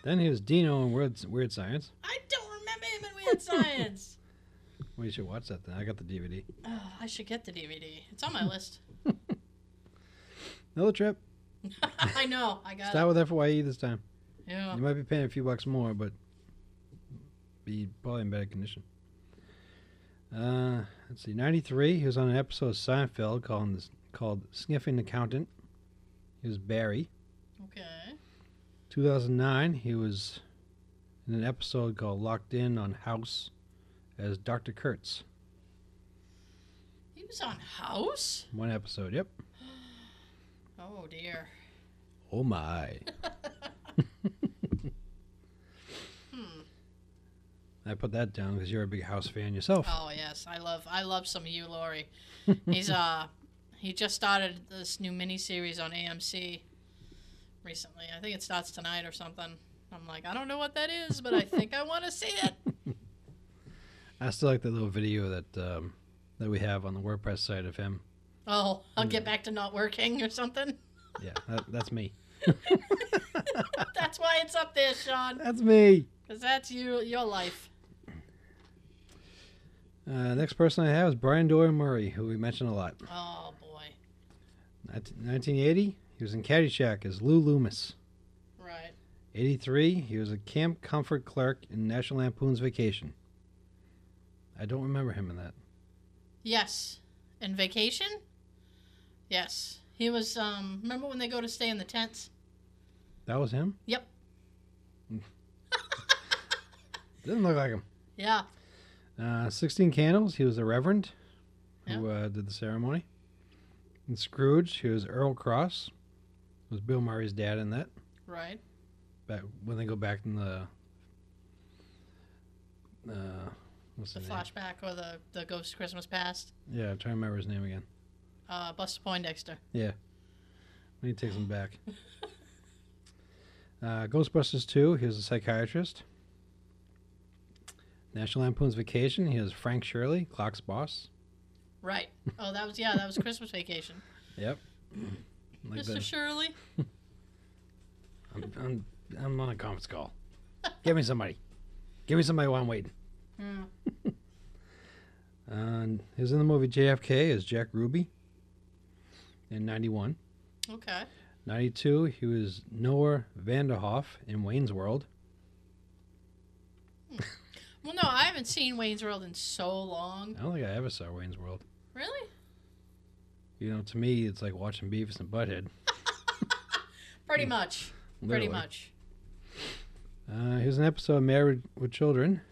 S3: then he was Dino in Weird, Weird Science.
S2: I don't remember him in Weird Science.
S3: We should watch that then. I got the DVD.
S2: Oh, I should get the DVD. It's on my list.
S3: Another trip.
S2: I know. I got
S3: Start with FYE this time.
S2: it. Yeah.
S3: You might be paying a few bucks more, but be probably in better condition. Uh, let's see, '93. He was on an episode of Seinfeld called this, called "Sniffing Accountant." He was Barry.
S2: Okay.
S3: 2009. He was in an episode called "Locked In on House" as Dr. Kurtz.
S2: He was on House?
S3: One episode. Yep.
S2: Oh, dear.
S3: Oh my. I put that down because you're a big House fan yourself.
S2: Oh yes, I love I love some Hugh Laurie. He's uh he just started this new miniseries on AMC recently. I think it starts tonight or something. I'm like, I don't know what that is, but I think I want to see it.
S3: I still like that little video that um, that we have on the WordPress site of him.
S2: Oh, I'll get back to not working or something.
S3: Yeah, that, that's me.
S2: That's why it's up there, Sean,
S3: That's me.
S2: because that's you your life.
S3: Uh, next person I have is Brian Doyle Murray, who we mention a lot.
S2: Oh boy,
S3: Nineteen- 1980, he was in Caddyshack as Lou Loomis.
S2: right.
S3: 83, he was a camp comfort clerk in National Lampoon's Vacation. I don't remember him in that.
S2: Yes, and vacation. Yes, he was. Um, remember when they go to stay in the tents?
S3: That was him?
S2: Yep.
S3: Didn't look like him.
S2: Yeah.
S3: Uh, 16 Candles, he was the Reverend who uh, did the ceremony. And Scrooge, he was Earl Cross, was Bill Murray's dad in that.
S2: Right.
S3: back when they go back in the uh what's
S2: The
S3: his
S2: flashback or the the ghost Christmas past.
S3: name? Yeah, I'm trying to remember his name again.
S2: uh, Buster Poindexter.
S3: When he takes him back. uh, Ghostbusters 2, he was a psychiatrist. National Lampoon's Vacation, he was Frank Shirley, Clock's boss.
S2: Right. Oh, that was yeah, that was Christmas Vacation.
S3: Yep. Like
S2: Mr.
S3: the-
S2: Shirley.
S3: I'm, I'm, I'm on a conference call. Give me somebody. Give me somebody while I'm waiting.
S2: Hmm.
S3: And he was in the movie JFK as Jack Ruby in 91.
S2: Okay.
S3: 92, he was Noah Vanderhoff in Wayne's World.
S2: Well, no, I haven't seen Wayne's World in so long.
S3: I don't think I ever saw Wayne's World.
S2: Really?
S3: You know, to me, it's like watching Beavis and Butthead.
S2: Pretty much.
S3: Literally.
S2: Pretty much.
S3: Uh, he was in an episode of Married with Children.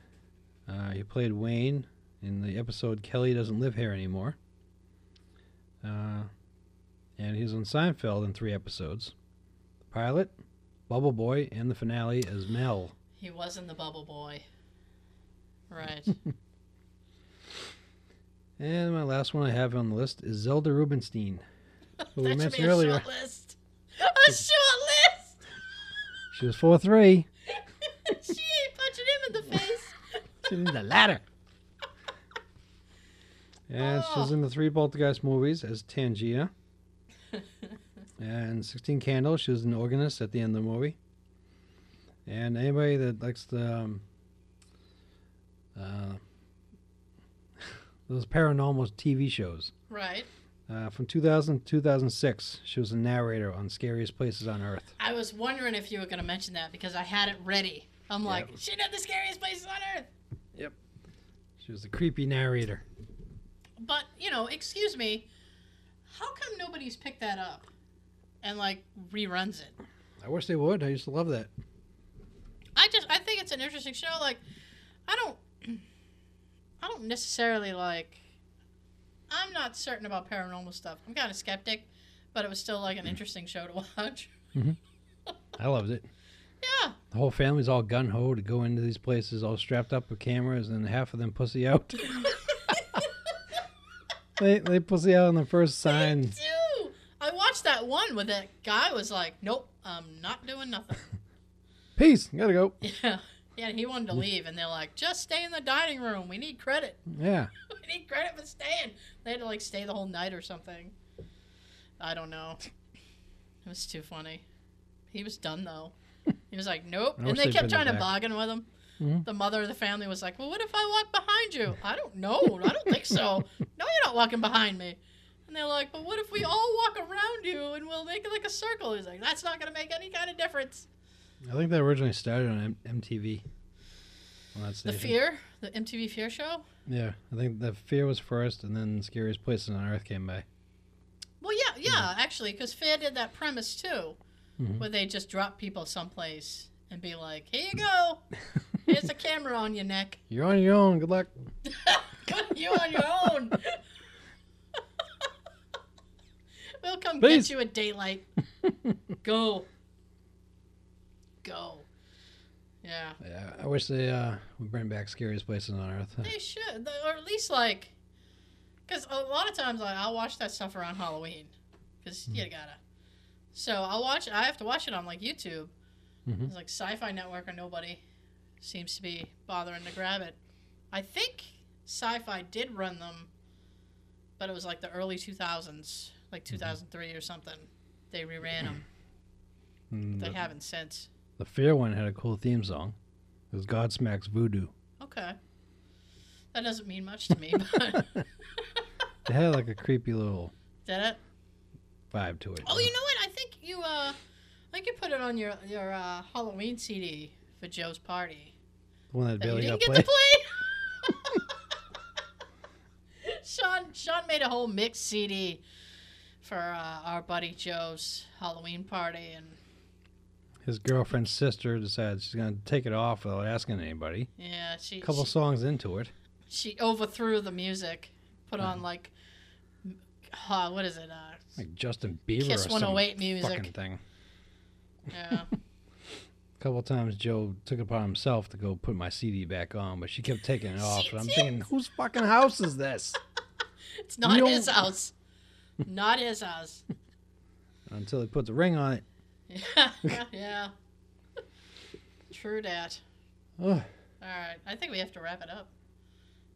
S3: Uh, he played Wayne in the episode Kelly Doesn't Live Here Anymore. Uh, and he was on Seinfeld in three episodes The Pilot, Bubble Boy, and the finale as Mel.
S2: He wasn't the Bubble Boy. Right.
S3: And my last one I have on the list is Zelda Rubinstein, who we
S2: that should be
S3: mentioned
S2: a
S3: earlier.
S2: short list. A short
S3: She was 4 3.
S2: list. she ain't punching him in the face.
S3: in the ladder. Yeah, she was
S2: Oh.
S3: in the three Poltergeist movies as Tangia. and 16 Candles, she was an organist at the end of the movie. And anybody that likes the. Um, uh, those paranormal TV shows.
S2: Right.
S3: Uh, from 2000 to 2006, she was a narrator on Scariest Places on Earth.
S2: I was wondering if you were going to mention that because I had it ready. I'm like, she did the scariest places on earth.
S3: She was a creepy narrator.
S2: But you know, excuse me, how come nobody's picked that up and like reruns it?
S3: I wish they would. I used to love that.
S2: I just I think it's an interesting show. Like, I don't I don't necessarily like. I'm not certain about paranormal stuff. I'm kind of skeptic, but it was still like an interesting show to watch.
S3: I loved it.
S2: Yeah,
S3: The whole family's all gun ho to go into these places, all strapped up with cameras, and half of them pussy out. they they pussy out on the first sign.
S2: do. I watched that one where that guy was like, "Nope, I'm not doing nothing."
S3: Peace, gotta go.
S2: yeah, yeah. He wanted to leave, and they're like, "Just stay in the dining room. We need credit.
S3: Yeah,
S2: We need credit for staying." They had to like stay the whole night or something. I don't know. It was too funny. He was done though. He was like, "Nope,"
S3: I
S2: and
S3: wish
S2: they
S3: they'd
S2: kept
S3: bring him
S2: trying to
S3: back.
S2: bargain with him.
S3: Mhm.
S2: The mother of the family was like, "Well, what if I walk behind you?" I don't know. I don't think so. No, you're not walking behind me. And they're like, "But what if we all walk around you and we'll make like a circle?" He's like, "That's not gonna make any kind of difference."
S3: I think that originally started on M- MTV. On that
S2: The
S3: station.
S2: Fear, the MTV Fear show.
S3: Yeah, I think the fear was first, and then scariest places on earth came by.
S2: Well, yeah, yeah, actually, because Fear did that premise too,
S3: Mhm.
S2: where they just drop people someplace and be like, "Here you go. Here's a camera on your neck."
S3: You're on your own. Good luck.
S2: Good, you on your own. we'll come
S3: Please.
S2: get you at daylight. Go. Go. Yeah.
S3: Yeah, I wish they uh, would bring back scariest places on earth.
S2: They should, th- or at least like, because a lot of times like, I'll watch that stuff around Halloween, because you gotta. So I'll watch. I have to watch it on like YouTube.
S3: Mhm.
S2: It's like Sci-Fi Network or nobody seems to be bothering to grab it. I think Sci-Fi did run them, but it was like the early 2000s, like 2003 or something. They reran them.
S3: And
S2: They
S3: Hmm, the,
S2: haven't since.
S3: the fear one had a cool theme song. It was Godsmack's Voodoo.
S2: Okay. That doesn't mean much to me, but
S3: It had like a creepy little
S2: did it?
S3: vibe to it.
S2: Oh, you know what? I think you uh, I think you put it on your your uh, Halloween CD for Joe's party.
S3: the one that
S2: That you
S3: Bailey
S2: didn't
S3: got
S2: get to
S3: played.
S2: play. Sean Sean made a whole mix CD for uh, our buddy Joe's Halloween party, and
S3: His girlfriend's sister decides she's gonna take it off without asking anybody.
S2: yeah, she
S3: A couple
S2: she,
S3: songs into it,
S2: she overthrew the music, put
S3: Mm-hmm.
S2: on like, m- uh, what is it? Uh,
S3: like Justin Bieber
S2: Kiss
S3: or some
S2: 108
S3: fucking
S2: music.
S3: thing.
S2: Yeah.
S3: A couple times Joe took it upon himself to go put my CD back on, but she kept taking it off. And I'm thinking, whose fucking house is this?
S2: It's not
S3: You
S2: his
S3: don't-
S2: house. Not his house.
S3: Until he puts a ring on it.
S2: Yeah. yeah. True dat.
S3: Ugh.
S2: All right, I think we have to wrap it up.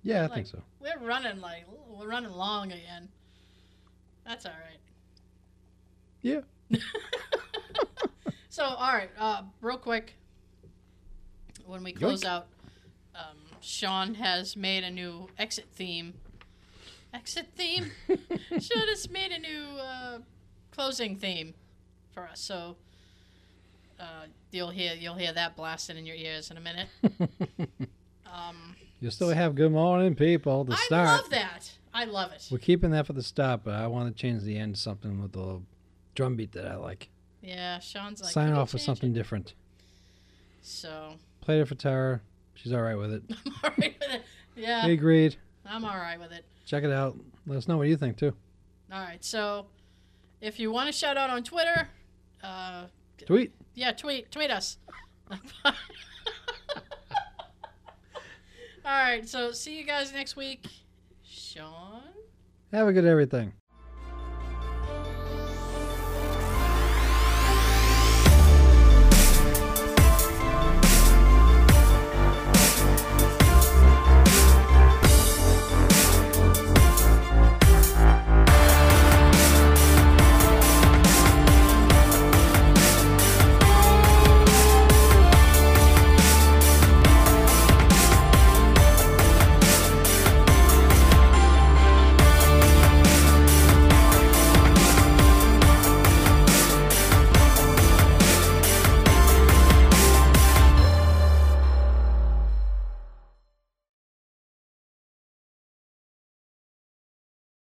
S3: yeah, I
S2: Like-
S3: think so.
S2: We're running like we're running long again. That's all right.
S3: Yeah.
S2: So all right, uh, real quick, when we close out, um, Sean has made a new exit theme. Exit theme. Sean has made a new uh, closing theme for us. So uh, you'll hear you'll hear that blasting in your ears in a minute. Um,
S3: You still have good morning, people, to
S2: I
S3: start.
S2: love that. I love it.
S3: We're keeping that for the stop, but I want to change the end to something with a little drum beat that I like.
S2: Yeah, Sean's like
S3: Sign
S2: "Can you
S3: off with
S2: change
S3: something
S2: it?"
S3: different.
S2: So
S3: Played it for Tara. She's all right with it.
S2: I'm all right with it. Yeah,
S3: We agreed.
S2: I'm all right with it.
S3: Check it out. Let us know what you think too.
S2: All right. So if you want to shout out on Twitter, uh,
S3: Tweet.
S2: yeah, tweet tweet us. all right. So see you guys next week, Sean.
S3: Have a good everything.